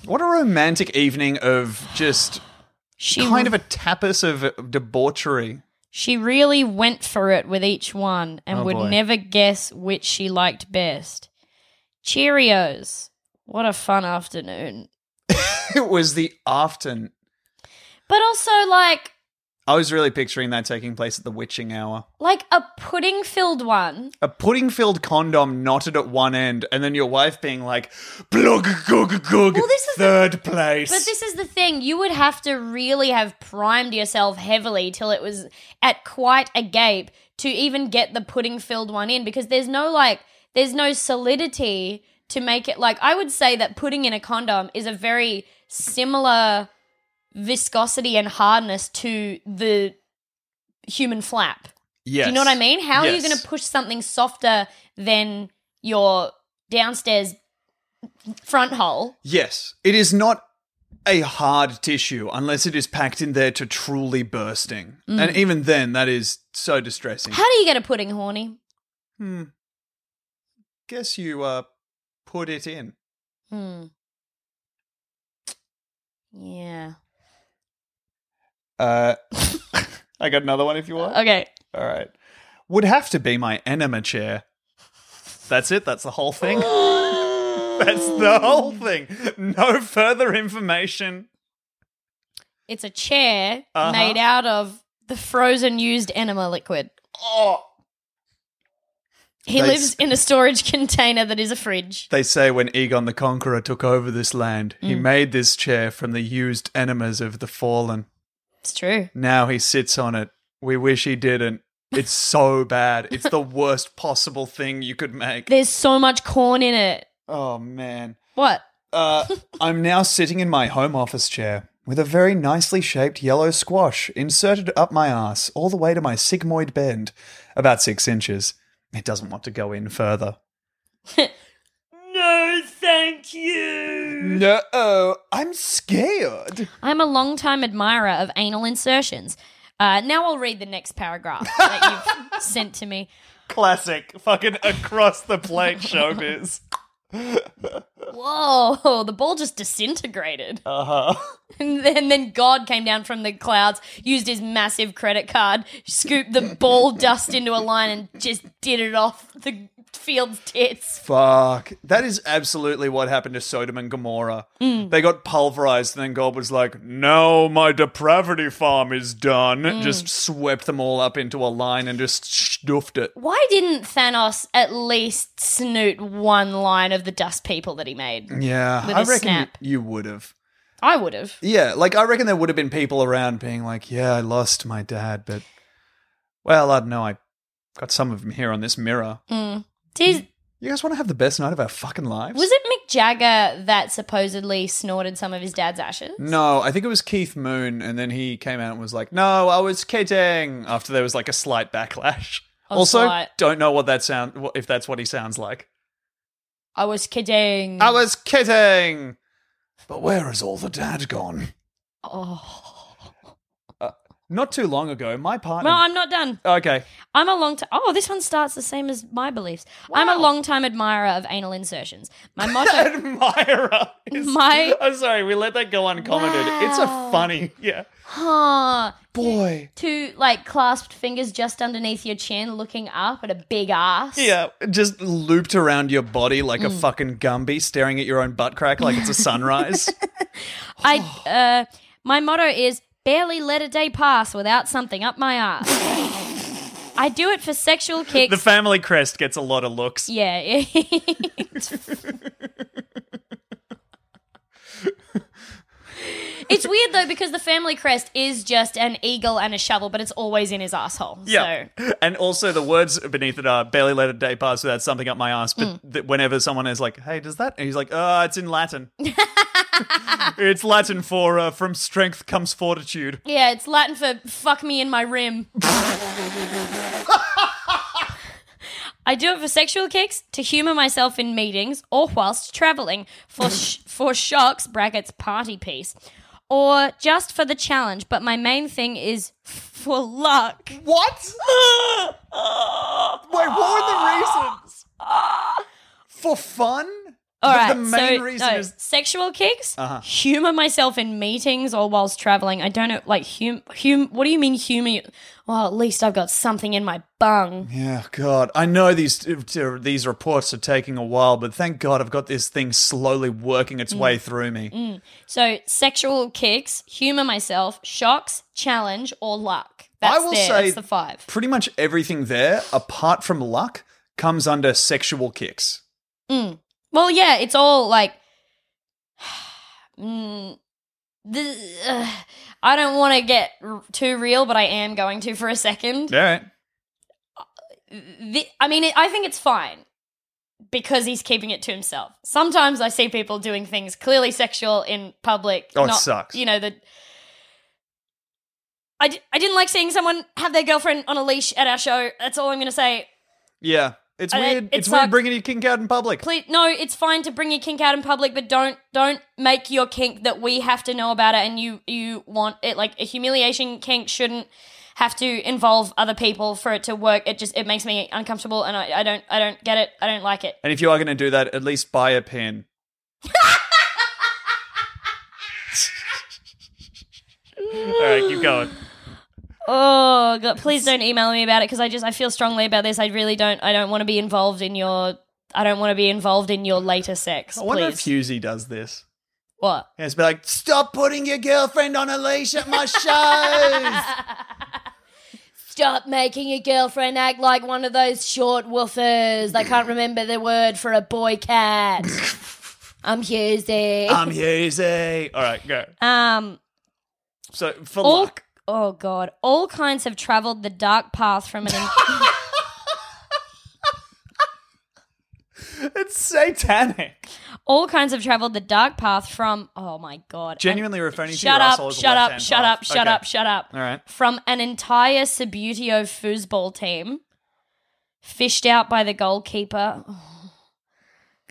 [SPEAKER 2] what a romantic evening of just kind of a tapas of debauchery.
[SPEAKER 3] She really went for it with each one and
[SPEAKER 2] Oh,
[SPEAKER 3] would
[SPEAKER 2] boy.
[SPEAKER 3] never guess which she liked best. Cheerios. What a fun afternoon.
[SPEAKER 2] it was the afton.
[SPEAKER 3] But also like
[SPEAKER 2] I was really picturing that taking place at the witching hour.
[SPEAKER 3] like a pudding filled one.
[SPEAKER 2] A pudding filled condom knotted at one end, and then your wife being like, Blug, gug, gug, third place.
[SPEAKER 3] But this is the thing, you would have to really have primed yourself heavily till it was at quite a gape to even get the pudding filled one in because there's no like there's no solidity to make it like I would say that putting in a condom is a very similar viscosity and hardness to the human flap. Do you know what I mean? How are you
[SPEAKER 4] Yes.
[SPEAKER 3] going to push something softer than your downstairs front hole?
[SPEAKER 2] Yes, it is not a hard tissue unless it is packed in there to truly bursting.
[SPEAKER 3] Mm.
[SPEAKER 2] And even then, that is so distressing.
[SPEAKER 3] How do you get a pudding horny?
[SPEAKER 2] Hmm. Guess you uh, put it in.
[SPEAKER 3] Hmm. Yeah.
[SPEAKER 2] Uh, *laughs* I got another one if you want.
[SPEAKER 3] Okay.
[SPEAKER 2] All right. Would have to be my enema chair. That's it. That's the
[SPEAKER 3] *gasps*
[SPEAKER 2] whole thing. That's the whole thing. No further information.
[SPEAKER 3] It's a chair
[SPEAKER 2] Uh-huh.
[SPEAKER 3] made out of the frozen used enema liquid.
[SPEAKER 2] Oh.
[SPEAKER 3] He
[SPEAKER 2] They
[SPEAKER 3] lives
[SPEAKER 2] s-
[SPEAKER 3] in a storage *laughs* container that is a fridge.
[SPEAKER 2] They say when Egon the Conqueror took over this land, he
[SPEAKER 3] Mm.
[SPEAKER 2] made this chair from the used enemas of the fallen.
[SPEAKER 3] It's true.
[SPEAKER 2] Now he sits on it. We wish he didn't. It's so bad. It's *laughs* the worst possible thing you could make.
[SPEAKER 3] There's so much corn in it.
[SPEAKER 2] Oh, man.
[SPEAKER 3] What?
[SPEAKER 2] Uh, I'm now sitting in my home office chair with a very nicely shaped yellow squash inserted up my ass all the way to my sigmoid bend, about six inches. It doesn't want to go in further.
[SPEAKER 4] No, thank you.
[SPEAKER 2] No, oh, I'm scared.
[SPEAKER 3] I'm a long-time admirer of anal insertions. Uh, now I'll read the next paragraph that you've sent to me.
[SPEAKER 2] Classic, fucking across the
[SPEAKER 3] *laughs*
[SPEAKER 2] plate showbiz.
[SPEAKER 3] Whoa, *laughs* the ball just disintegrated.
[SPEAKER 2] Uh huh.
[SPEAKER 3] *laughs* And then, then God came down from the clouds, used his
[SPEAKER 2] *laughs*
[SPEAKER 3] massive credit card, scooped the ball dust into a line, and just did it off the Field's tits.
[SPEAKER 2] Fuck. That is absolutely what happened to Sodom and Gomorrah.
[SPEAKER 3] Mm.
[SPEAKER 2] They got pulverized, and then God was like, Now my depravity farm is done.
[SPEAKER 3] Mm.
[SPEAKER 2] Just swept them all up into a line and just stuffed it.
[SPEAKER 3] Why didn't Thanos at least snoot one line of the dust people that he made?
[SPEAKER 2] Yeah.
[SPEAKER 3] With
[SPEAKER 2] I
[SPEAKER 3] his
[SPEAKER 2] reckon
[SPEAKER 3] snap.
[SPEAKER 2] you would have.
[SPEAKER 3] I would have.
[SPEAKER 2] Yeah, like I reckon there would have been people around being like, "Yeah, I lost my dad, but well, I don't know. I got some of them here on this mirror.
[SPEAKER 3] Mm. Did,
[SPEAKER 2] You guys want to have the best night of our fucking lives?"
[SPEAKER 3] was it Mick Jagger that supposedly snorted some of his dad's ashes?
[SPEAKER 2] no, I think it was Keith Moon, and then he came out and was like, "No, I was kidding." After there was like a slight backlash.
[SPEAKER 3] A
[SPEAKER 2] also,
[SPEAKER 3] slight-
[SPEAKER 2] don't know what that sound what- if that's what he sounds like.
[SPEAKER 3] I was kidding.
[SPEAKER 2] I was kidding. But where is all the dad gone?
[SPEAKER 3] Oh.
[SPEAKER 2] Uh, not too long ago, my partner.
[SPEAKER 3] No, I'm not done. *laughs*
[SPEAKER 2] okay.
[SPEAKER 3] I'm a long time. Oh, this one starts the same as my beliefs. I'm a long time admirer of anal insertions.
[SPEAKER 2] *laughs*
[SPEAKER 3] My motto.
[SPEAKER 2] admirer. is-
[SPEAKER 3] My-
[SPEAKER 2] *laughs* I'm sorry, we let that go uncommented. It's a funny, yeah.
[SPEAKER 3] huh.
[SPEAKER 2] Boy.
[SPEAKER 3] Two like clasped fingers just underneath your chin, looking up at a big ass.
[SPEAKER 2] Yeah, just looped around your body like a
[SPEAKER 3] Mm.
[SPEAKER 2] fucking Gumby, staring at your own butt crack like it's
[SPEAKER 3] *laughs*
[SPEAKER 2] a sunrise. *sighs*
[SPEAKER 3] I. Uh, my motto is barely let a day pass without something up my
[SPEAKER 2] *laughs*
[SPEAKER 3] ass. I do it for sexual kicks.
[SPEAKER 2] the family crest gets a lot of looks.
[SPEAKER 3] yeah. *laughs* it's weird though because the family crest is just an eagle and a shovel, but it's always in his asshole.
[SPEAKER 2] Yeah, and also the words beneath it are "barely let a day pass without something up my ass." But
[SPEAKER 3] Hmm.
[SPEAKER 2] th- whenever someone is like, "Hey, does that?" and he's like, "Oh, it's
[SPEAKER 3] *laughs*
[SPEAKER 2] in Latin. it's Latin for uh, from strength comes fortitude."
[SPEAKER 3] Yeah, it's Latin for fuck me in my rim. I do it for sexual kicks, to humor myself in meetings, or whilst traveling, for sh- for shocks brackets party piece, or just for the challenge. But my main thing is for luck.
[SPEAKER 2] What? *laughs* Wait, what were the reasons? For fun?
[SPEAKER 3] All
[SPEAKER 2] But
[SPEAKER 3] right.
[SPEAKER 2] The main
[SPEAKER 3] so,
[SPEAKER 2] reason
[SPEAKER 3] no,
[SPEAKER 2] is
[SPEAKER 3] sexual kicks,
[SPEAKER 2] Uh-huh.
[SPEAKER 3] humor myself in meetings or whilst traveling. I don't know, like hum, hum. What do you mean humor? Well, at least I've got something in my bung.
[SPEAKER 2] Yeah, God, I know these uh, these reports are taking a while, but thank God I've got this thing slowly working
[SPEAKER 3] Hmm.
[SPEAKER 2] its way through me.
[SPEAKER 3] Mm. So sexual kicks, humor myself, shocks, challenge, or luck. That's
[SPEAKER 2] I will
[SPEAKER 3] there.
[SPEAKER 2] say-
[SPEAKER 3] That's the five.
[SPEAKER 2] Pretty much everything there, apart from luck, comes under sexual kicks.
[SPEAKER 3] Mm. Well, yeah, it's all like. *sighs* mm, the, *sighs* uh, I don't want to get r- too real, but I am going to for a second.
[SPEAKER 2] All right.
[SPEAKER 3] the, I mean, it, I think it's fine because he's keeping it to himself. Sometimes I see people doing things clearly sexual in public.
[SPEAKER 2] Oh, it sucks.
[SPEAKER 3] You know the. I, di- I didn't like seeing someone have their girlfriend on a leash at our show. That's all I'm going to say.
[SPEAKER 2] Yeah, it's
[SPEAKER 3] I-
[SPEAKER 2] weird.
[SPEAKER 3] Uh, it
[SPEAKER 2] it's
[SPEAKER 3] sucks.
[SPEAKER 2] weird bringing your kink out in public.
[SPEAKER 3] Please, no, it's fine to bring your kink out in public, but don't don't make your kink that we have to know about it and you you want it like a humiliation kink shouldn't have to involve other people for it to work. It just it makes me uncomfortable and I, I don't I don't get it. I don't like it.
[SPEAKER 2] And if you are going to do that, at least buy a pin. All right, keep going.
[SPEAKER 3] Oh god, please don't email me about it because I just I feel strongly about this. I really don't I don't want to be involved in your I don't want to be involved in your later sex.
[SPEAKER 2] I wonder
[SPEAKER 3] Please.
[SPEAKER 2] if Husey does this.
[SPEAKER 3] what?
[SPEAKER 2] Yeah, it's be like, stop putting your girlfriend on a leash at my shows.
[SPEAKER 3] *laughs* Stop making your girlfriend act like one of those short woofers. I can't remember the word for a boy *laughs* cat. I'm Husey. *laughs*
[SPEAKER 2] I'm Husey. All right, go.
[SPEAKER 3] Um
[SPEAKER 2] So for
[SPEAKER 3] all,
[SPEAKER 2] luck,
[SPEAKER 3] Oh god. All kinds have traveled the dark path from an *laughs*
[SPEAKER 2] it's satanic.
[SPEAKER 3] all kinds have traveled the dark path from oh my god.
[SPEAKER 2] Genuinely referring to
[SPEAKER 3] shut
[SPEAKER 2] your
[SPEAKER 3] up,
[SPEAKER 2] asshole as a
[SPEAKER 3] shut up,
[SPEAKER 2] left-hand
[SPEAKER 3] shut
[SPEAKER 2] path.
[SPEAKER 3] up, shut
[SPEAKER 2] Okay.
[SPEAKER 3] up, shut up.
[SPEAKER 2] All right.
[SPEAKER 3] From an entire Subutio foosball team, fished out by the goalkeeper. *sighs* Have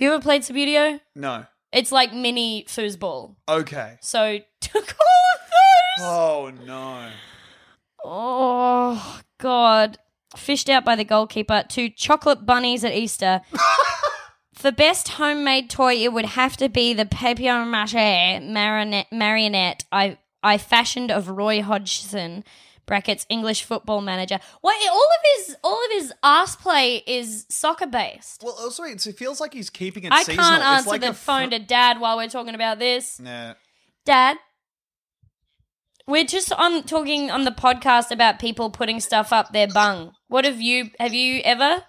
[SPEAKER 3] you ever played Subutio?
[SPEAKER 2] No.
[SPEAKER 3] It's like mini foosball.
[SPEAKER 2] Okay.
[SPEAKER 3] So *laughs* took all of those.
[SPEAKER 2] Oh no.
[SPEAKER 3] Oh God! Fished out by the goalkeeper to chocolate bunnies at
[SPEAKER 2] *laughs*
[SPEAKER 3] Easter. For best homemade toy, it would have to be the papier mâché marionette, marionette I I fashioned of Roy Hodgson brackets English football manager. What all of his all of his ass play is soccer based.
[SPEAKER 2] Well, also it's, it feels like he's keeping it.
[SPEAKER 3] I
[SPEAKER 2] seasonal.
[SPEAKER 3] can't
[SPEAKER 2] It's
[SPEAKER 3] answer
[SPEAKER 2] like
[SPEAKER 3] the
[SPEAKER 2] a
[SPEAKER 3] phone to dad while we're talking about this.
[SPEAKER 2] Nah.
[SPEAKER 3] Dad, we're just on talking on the podcast about people putting stuff up their bung. What have you have you ever?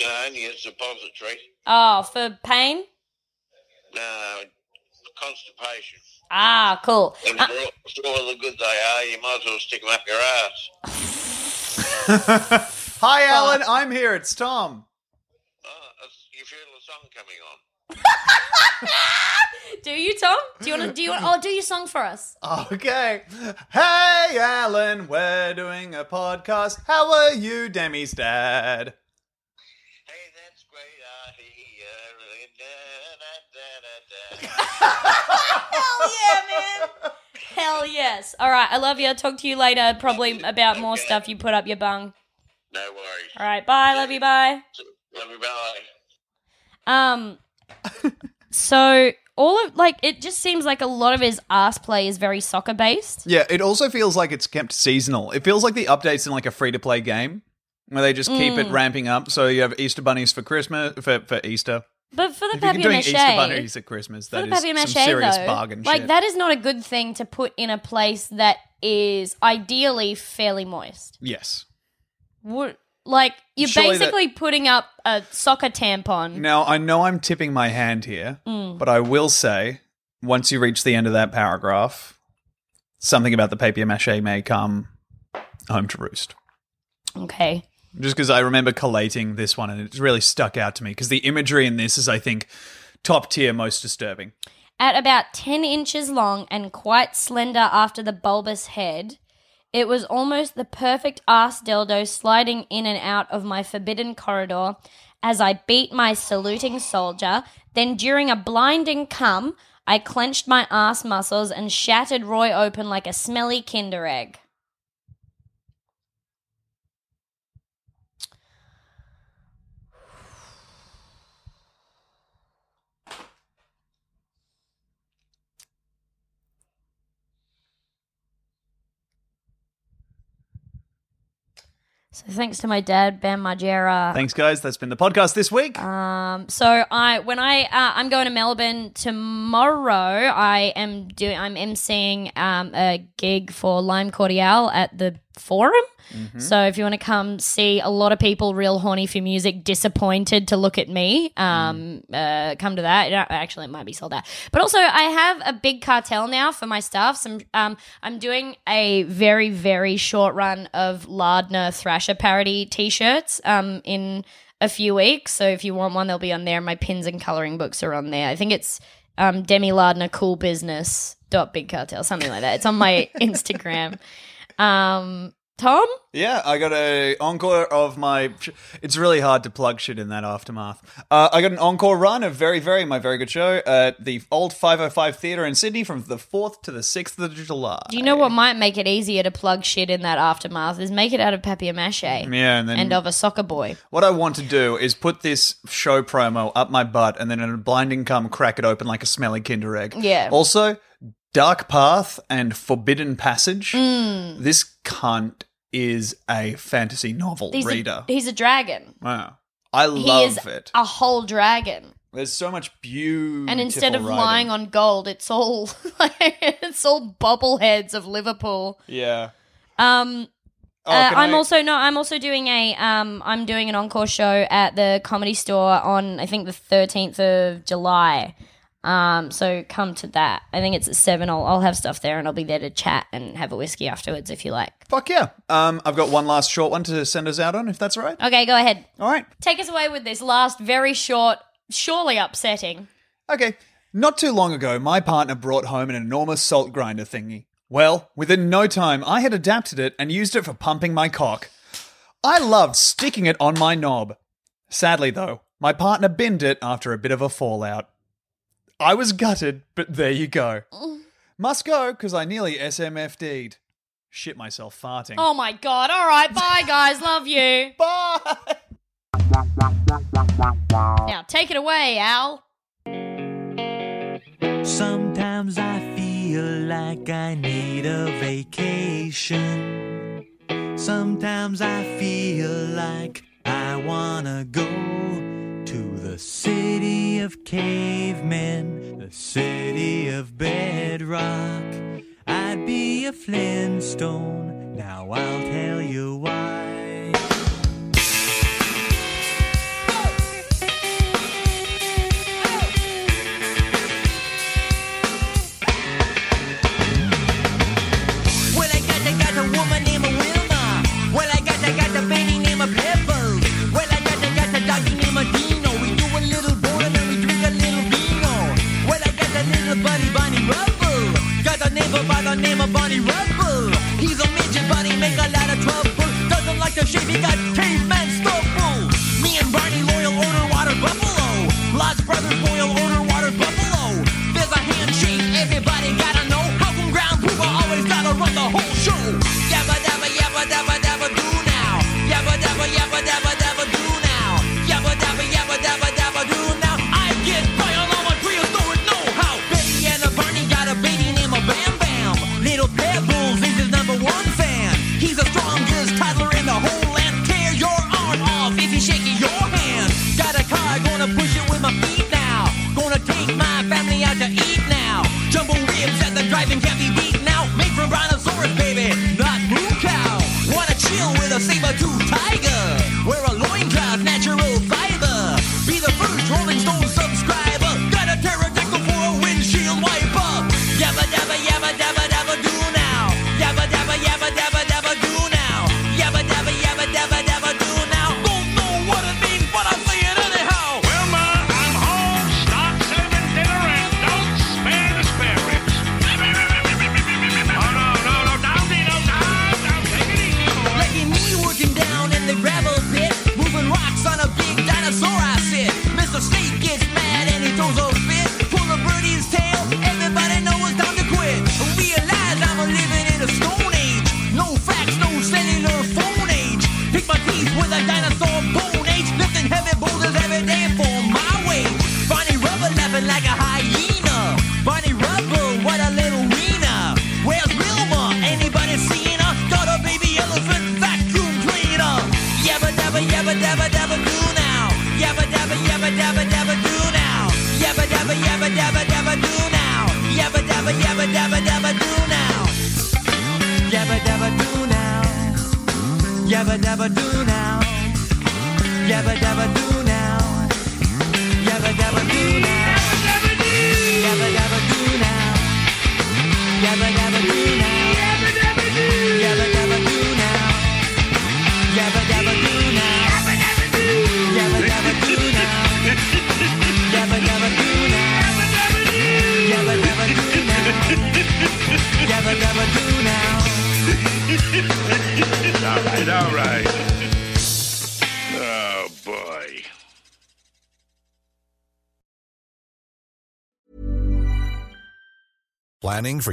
[SPEAKER 9] No, only a suppository.
[SPEAKER 3] Oh, for pain?
[SPEAKER 9] No, constipation.
[SPEAKER 3] Ah, cool.
[SPEAKER 9] And
[SPEAKER 3] Uh,
[SPEAKER 9] for, all, for all the good they are, you might as well stick them up your ass.
[SPEAKER 2] Hi, Alan. I'm here. It's Tom.
[SPEAKER 9] Oh,
[SPEAKER 3] do you, Tom? Do you want to do you want? Oh, do your song for us.
[SPEAKER 2] Okay. Hey, Alan. We're doing a podcast. How are you, Demi's dad?
[SPEAKER 3] Hell yeah, man. Hell yes. All right, I love you. I'll talk to you later, probably about more stuff you put up your bung.
[SPEAKER 9] No worries.
[SPEAKER 3] All right, bye. Love you. Bye.
[SPEAKER 9] Love you, bye.
[SPEAKER 3] Um. So all of like it just seems like a lot of his ass play is very soccer based.
[SPEAKER 2] Yeah, it also feels like it's kept seasonal. It feels like the updates in like a free to play game where they just keep it
[SPEAKER 3] Mm.
[SPEAKER 2] ramping up. So you have Easter bunnies for Christmas for, for Easter.
[SPEAKER 3] But for the
[SPEAKER 2] if you're
[SPEAKER 3] papier
[SPEAKER 2] doing
[SPEAKER 3] mache,
[SPEAKER 2] Easter bunnies at Christmas,
[SPEAKER 3] for
[SPEAKER 2] that
[SPEAKER 3] the
[SPEAKER 2] is
[SPEAKER 3] papier
[SPEAKER 2] some
[SPEAKER 3] mache
[SPEAKER 2] serious
[SPEAKER 3] though,
[SPEAKER 2] bargain.
[SPEAKER 3] like
[SPEAKER 2] shit.
[SPEAKER 3] that is not a good thing to put in a place that is ideally fairly moist.
[SPEAKER 2] Yes.
[SPEAKER 3] What, like you're
[SPEAKER 2] Surely that-
[SPEAKER 3] basically putting up a soccer tampon.
[SPEAKER 2] Now I know I'm tipping my hand here,
[SPEAKER 3] Mm.
[SPEAKER 2] but I will say once you reach the end of that paragraph, something about the papier mache may come home to roost.
[SPEAKER 3] Okay.
[SPEAKER 2] just because I remember collating this one and it really stuck out to me because the imagery in this is, I think, top tier, most disturbing.
[SPEAKER 3] At about 10 inches long and quite slender after the bulbous head, it was almost the perfect ass dildo sliding in and out of my forbidden corridor as I beat my saluting soldier. Then, during a blinding cum, I clenched my ass muscles and shattered Roy open like a smelly Kinder egg. So, thanks to my dad, Ben Margera.
[SPEAKER 2] Thanks, guys. That's been the podcast this week.
[SPEAKER 3] Um, so I when I uh, I'm going to Melbourne tomorrow. I am doing I'm emceeing um, a gig for Lime Cordial at the Forum.
[SPEAKER 5] Mhm.
[SPEAKER 3] So if you want to come see a lot of people real horny for music, disappointed to look at me, um, uh, come to that. Uh, Actually, it might be sold out. But also, I have a big cartel now for my stuff. Some um, I'm doing a very very short run of Lardner Thrasher parody t-shirts um, in a few weeks. So if you want one, they'll be on there. My pins and coloring books are on there. I think it's um, Demi Lardner Cool Business dot Big Cartel, something like that. It's on
[SPEAKER 2] *laughs*
[SPEAKER 3] my Instagram. Um, Tom.
[SPEAKER 2] Yeah, I got a encore of my. It's really hard to plug shit in that aftermath. Uh, I got an encore run of very, very my very good show at the old 505 Theatre in Sydney from the fourth to the sixth of July.
[SPEAKER 3] Do you know what might make it easier to plug shit in that aftermath is make it out of papier mache
[SPEAKER 2] Yeah, and then
[SPEAKER 3] and of a soccer boy.
[SPEAKER 2] What I want to do is put this show promo up my butt and then in a blinding cum crack it open like a smelly Kinder egg.
[SPEAKER 3] Yeah.
[SPEAKER 2] Also, Dark Path and Forbidden Passage.
[SPEAKER 3] Mm.
[SPEAKER 2] This cunt is a fantasy novel
[SPEAKER 3] He's a-
[SPEAKER 2] reader.
[SPEAKER 3] he's a dragon.
[SPEAKER 2] wow. I
[SPEAKER 3] he
[SPEAKER 2] love
[SPEAKER 3] is
[SPEAKER 2] it.
[SPEAKER 3] a whole dragon.
[SPEAKER 2] There's so much beautiful.
[SPEAKER 3] And instead of
[SPEAKER 2] writing.
[SPEAKER 3] lying on gold, it's all *laughs* it's all bobbleheads of Liverpool.
[SPEAKER 2] Yeah.
[SPEAKER 3] Um,
[SPEAKER 2] Oh,
[SPEAKER 3] uh,
[SPEAKER 2] can
[SPEAKER 3] I'm
[SPEAKER 2] I-
[SPEAKER 3] also no, I'm also doing a um, I'm doing an encore show at the Comedy Store on I think the 13th of July. Um, so come to that. I think it's at seven. I'll I'll have stuff there, and I'll be there to chat and have a whiskey afterwards if you like.
[SPEAKER 2] Fuck yeah. Um, I've got one last short one to send us out on, if that's all right.
[SPEAKER 3] Okay, go ahead.
[SPEAKER 2] All right.
[SPEAKER 3] Take us away with this last, very short, surely upsetting.
[SPEAKER 2] Okay. Not too long ago, my partner brought home an enormous salt grinder thingy. Well, within no time, I had adapted it and used it for pumping my cock. I loved sticking it on my knob. Sadly, though, my partner binned it after a bit of a fallout. I was gutted, but there you go. Must go, because I nearly SMFD'd. Shit myself farting.
[SPEAKER 3] Oh my god! All right, bye guys. Love you.
[SPEAKER 2] bye.
[SPEAKER 3] Now take it away, Al.
[SPEAKER 10] Sometimes I feel feel like I need a vacation. Sometimes I feel like I wanna go to the city of cavemen, the city of bedrock. I'd be a Flintstone, now I'll tell you why.
[SPEAKER 11] Well, I got, I got a woman named Wilma. Well, I got, I got a baby named Pebble. Well, I got, I got a doggy named Dino. We do a little bowling and we drink a little vino. Well, I got a little buddy, Bonnie Rubble. Got a neighbor by the name of Bonnie Rubble. He's a midget, but he make a lot of trouble. Doesn't like the shape, he got caveman stubble. Me and Barney loyal, order water buffalo. Lost brothers boil, order water buffalo. There's a handshake, everybody gotta know. How come ground poop always gotta run the whole show? Yabba dabba yabba dabba dabba do now. Yabba dabba yabba dabba dabba do now. Yabba dabba yabba dabba dabba do now. I get by on all my three authority know how. Betty and a Barney got a baby named a Bam Bam. Little Pebbles is his number one fan. He's the strongest toddler in the whole land. Tear your arm off if he's shaking your hand. Got a car, gonna push it with my feet now. Gonna take my family out to eat now. Jumbo ribs at the driving can't be beat now. Made from brontosaurus, baby, not blue cow. Wanna chill with a saber-tooth tiger. Wear a loincloth, natural fiber. Be the first Rolling Stone subscriber. Got a pterodactyl for a windshield wiper. Yabba dabba yabba dabba dabba do now. Yabba dabba yabba dabba dabba do now. Yabba dabba yabba dabba dabba do now. Don't know what it means, but I say it anyhow. Wilma, I'm home. Stop serving dinner and don't spare the spare ribs. Oh no no no, down Dino, down, down, take it easy. Legging me working down in the gravel pit, moving rocks on a big dinosaur. I sit. Mr. Snake gets mad and he throws a fit. Pull a birdie's tail. Everybody know it's time to quit. Realize I'm a living in a stone age. No facts, no cellular phone age. Pick my teeth with a dinosaur bone age. Lifting heavy boulders every day for my weight. Bonnie Rubber laughing like a hyena. Bonnie Rubber, what a little wiener. Where's Wilma? Anybody seen her? Got a baby elephant vacuum cleaner. Yabba dabba yabba dabba dabba do now. Yabba dabba yabba dabba dabba do now. Yabba dabba yabba dabba dabba do now. Yabba dabba yabba dabba dabba do now. Yabba dabba do now. Yabba dabba do now. Yabba dabba do now. Yabba dabba do now. Yabba dabba do now. Yabba dabba do now. Yabba dabba do. Yabba dabba do now. Yabba dabba do now. Yabba dabba do. Yabba dabba do now. Yabba dabba do now. Yabba dabba do now. Yabba dabba do now.
[SPEAKER 4] all right, all right. Oh, boy.
[SPEAKER 12] Planning for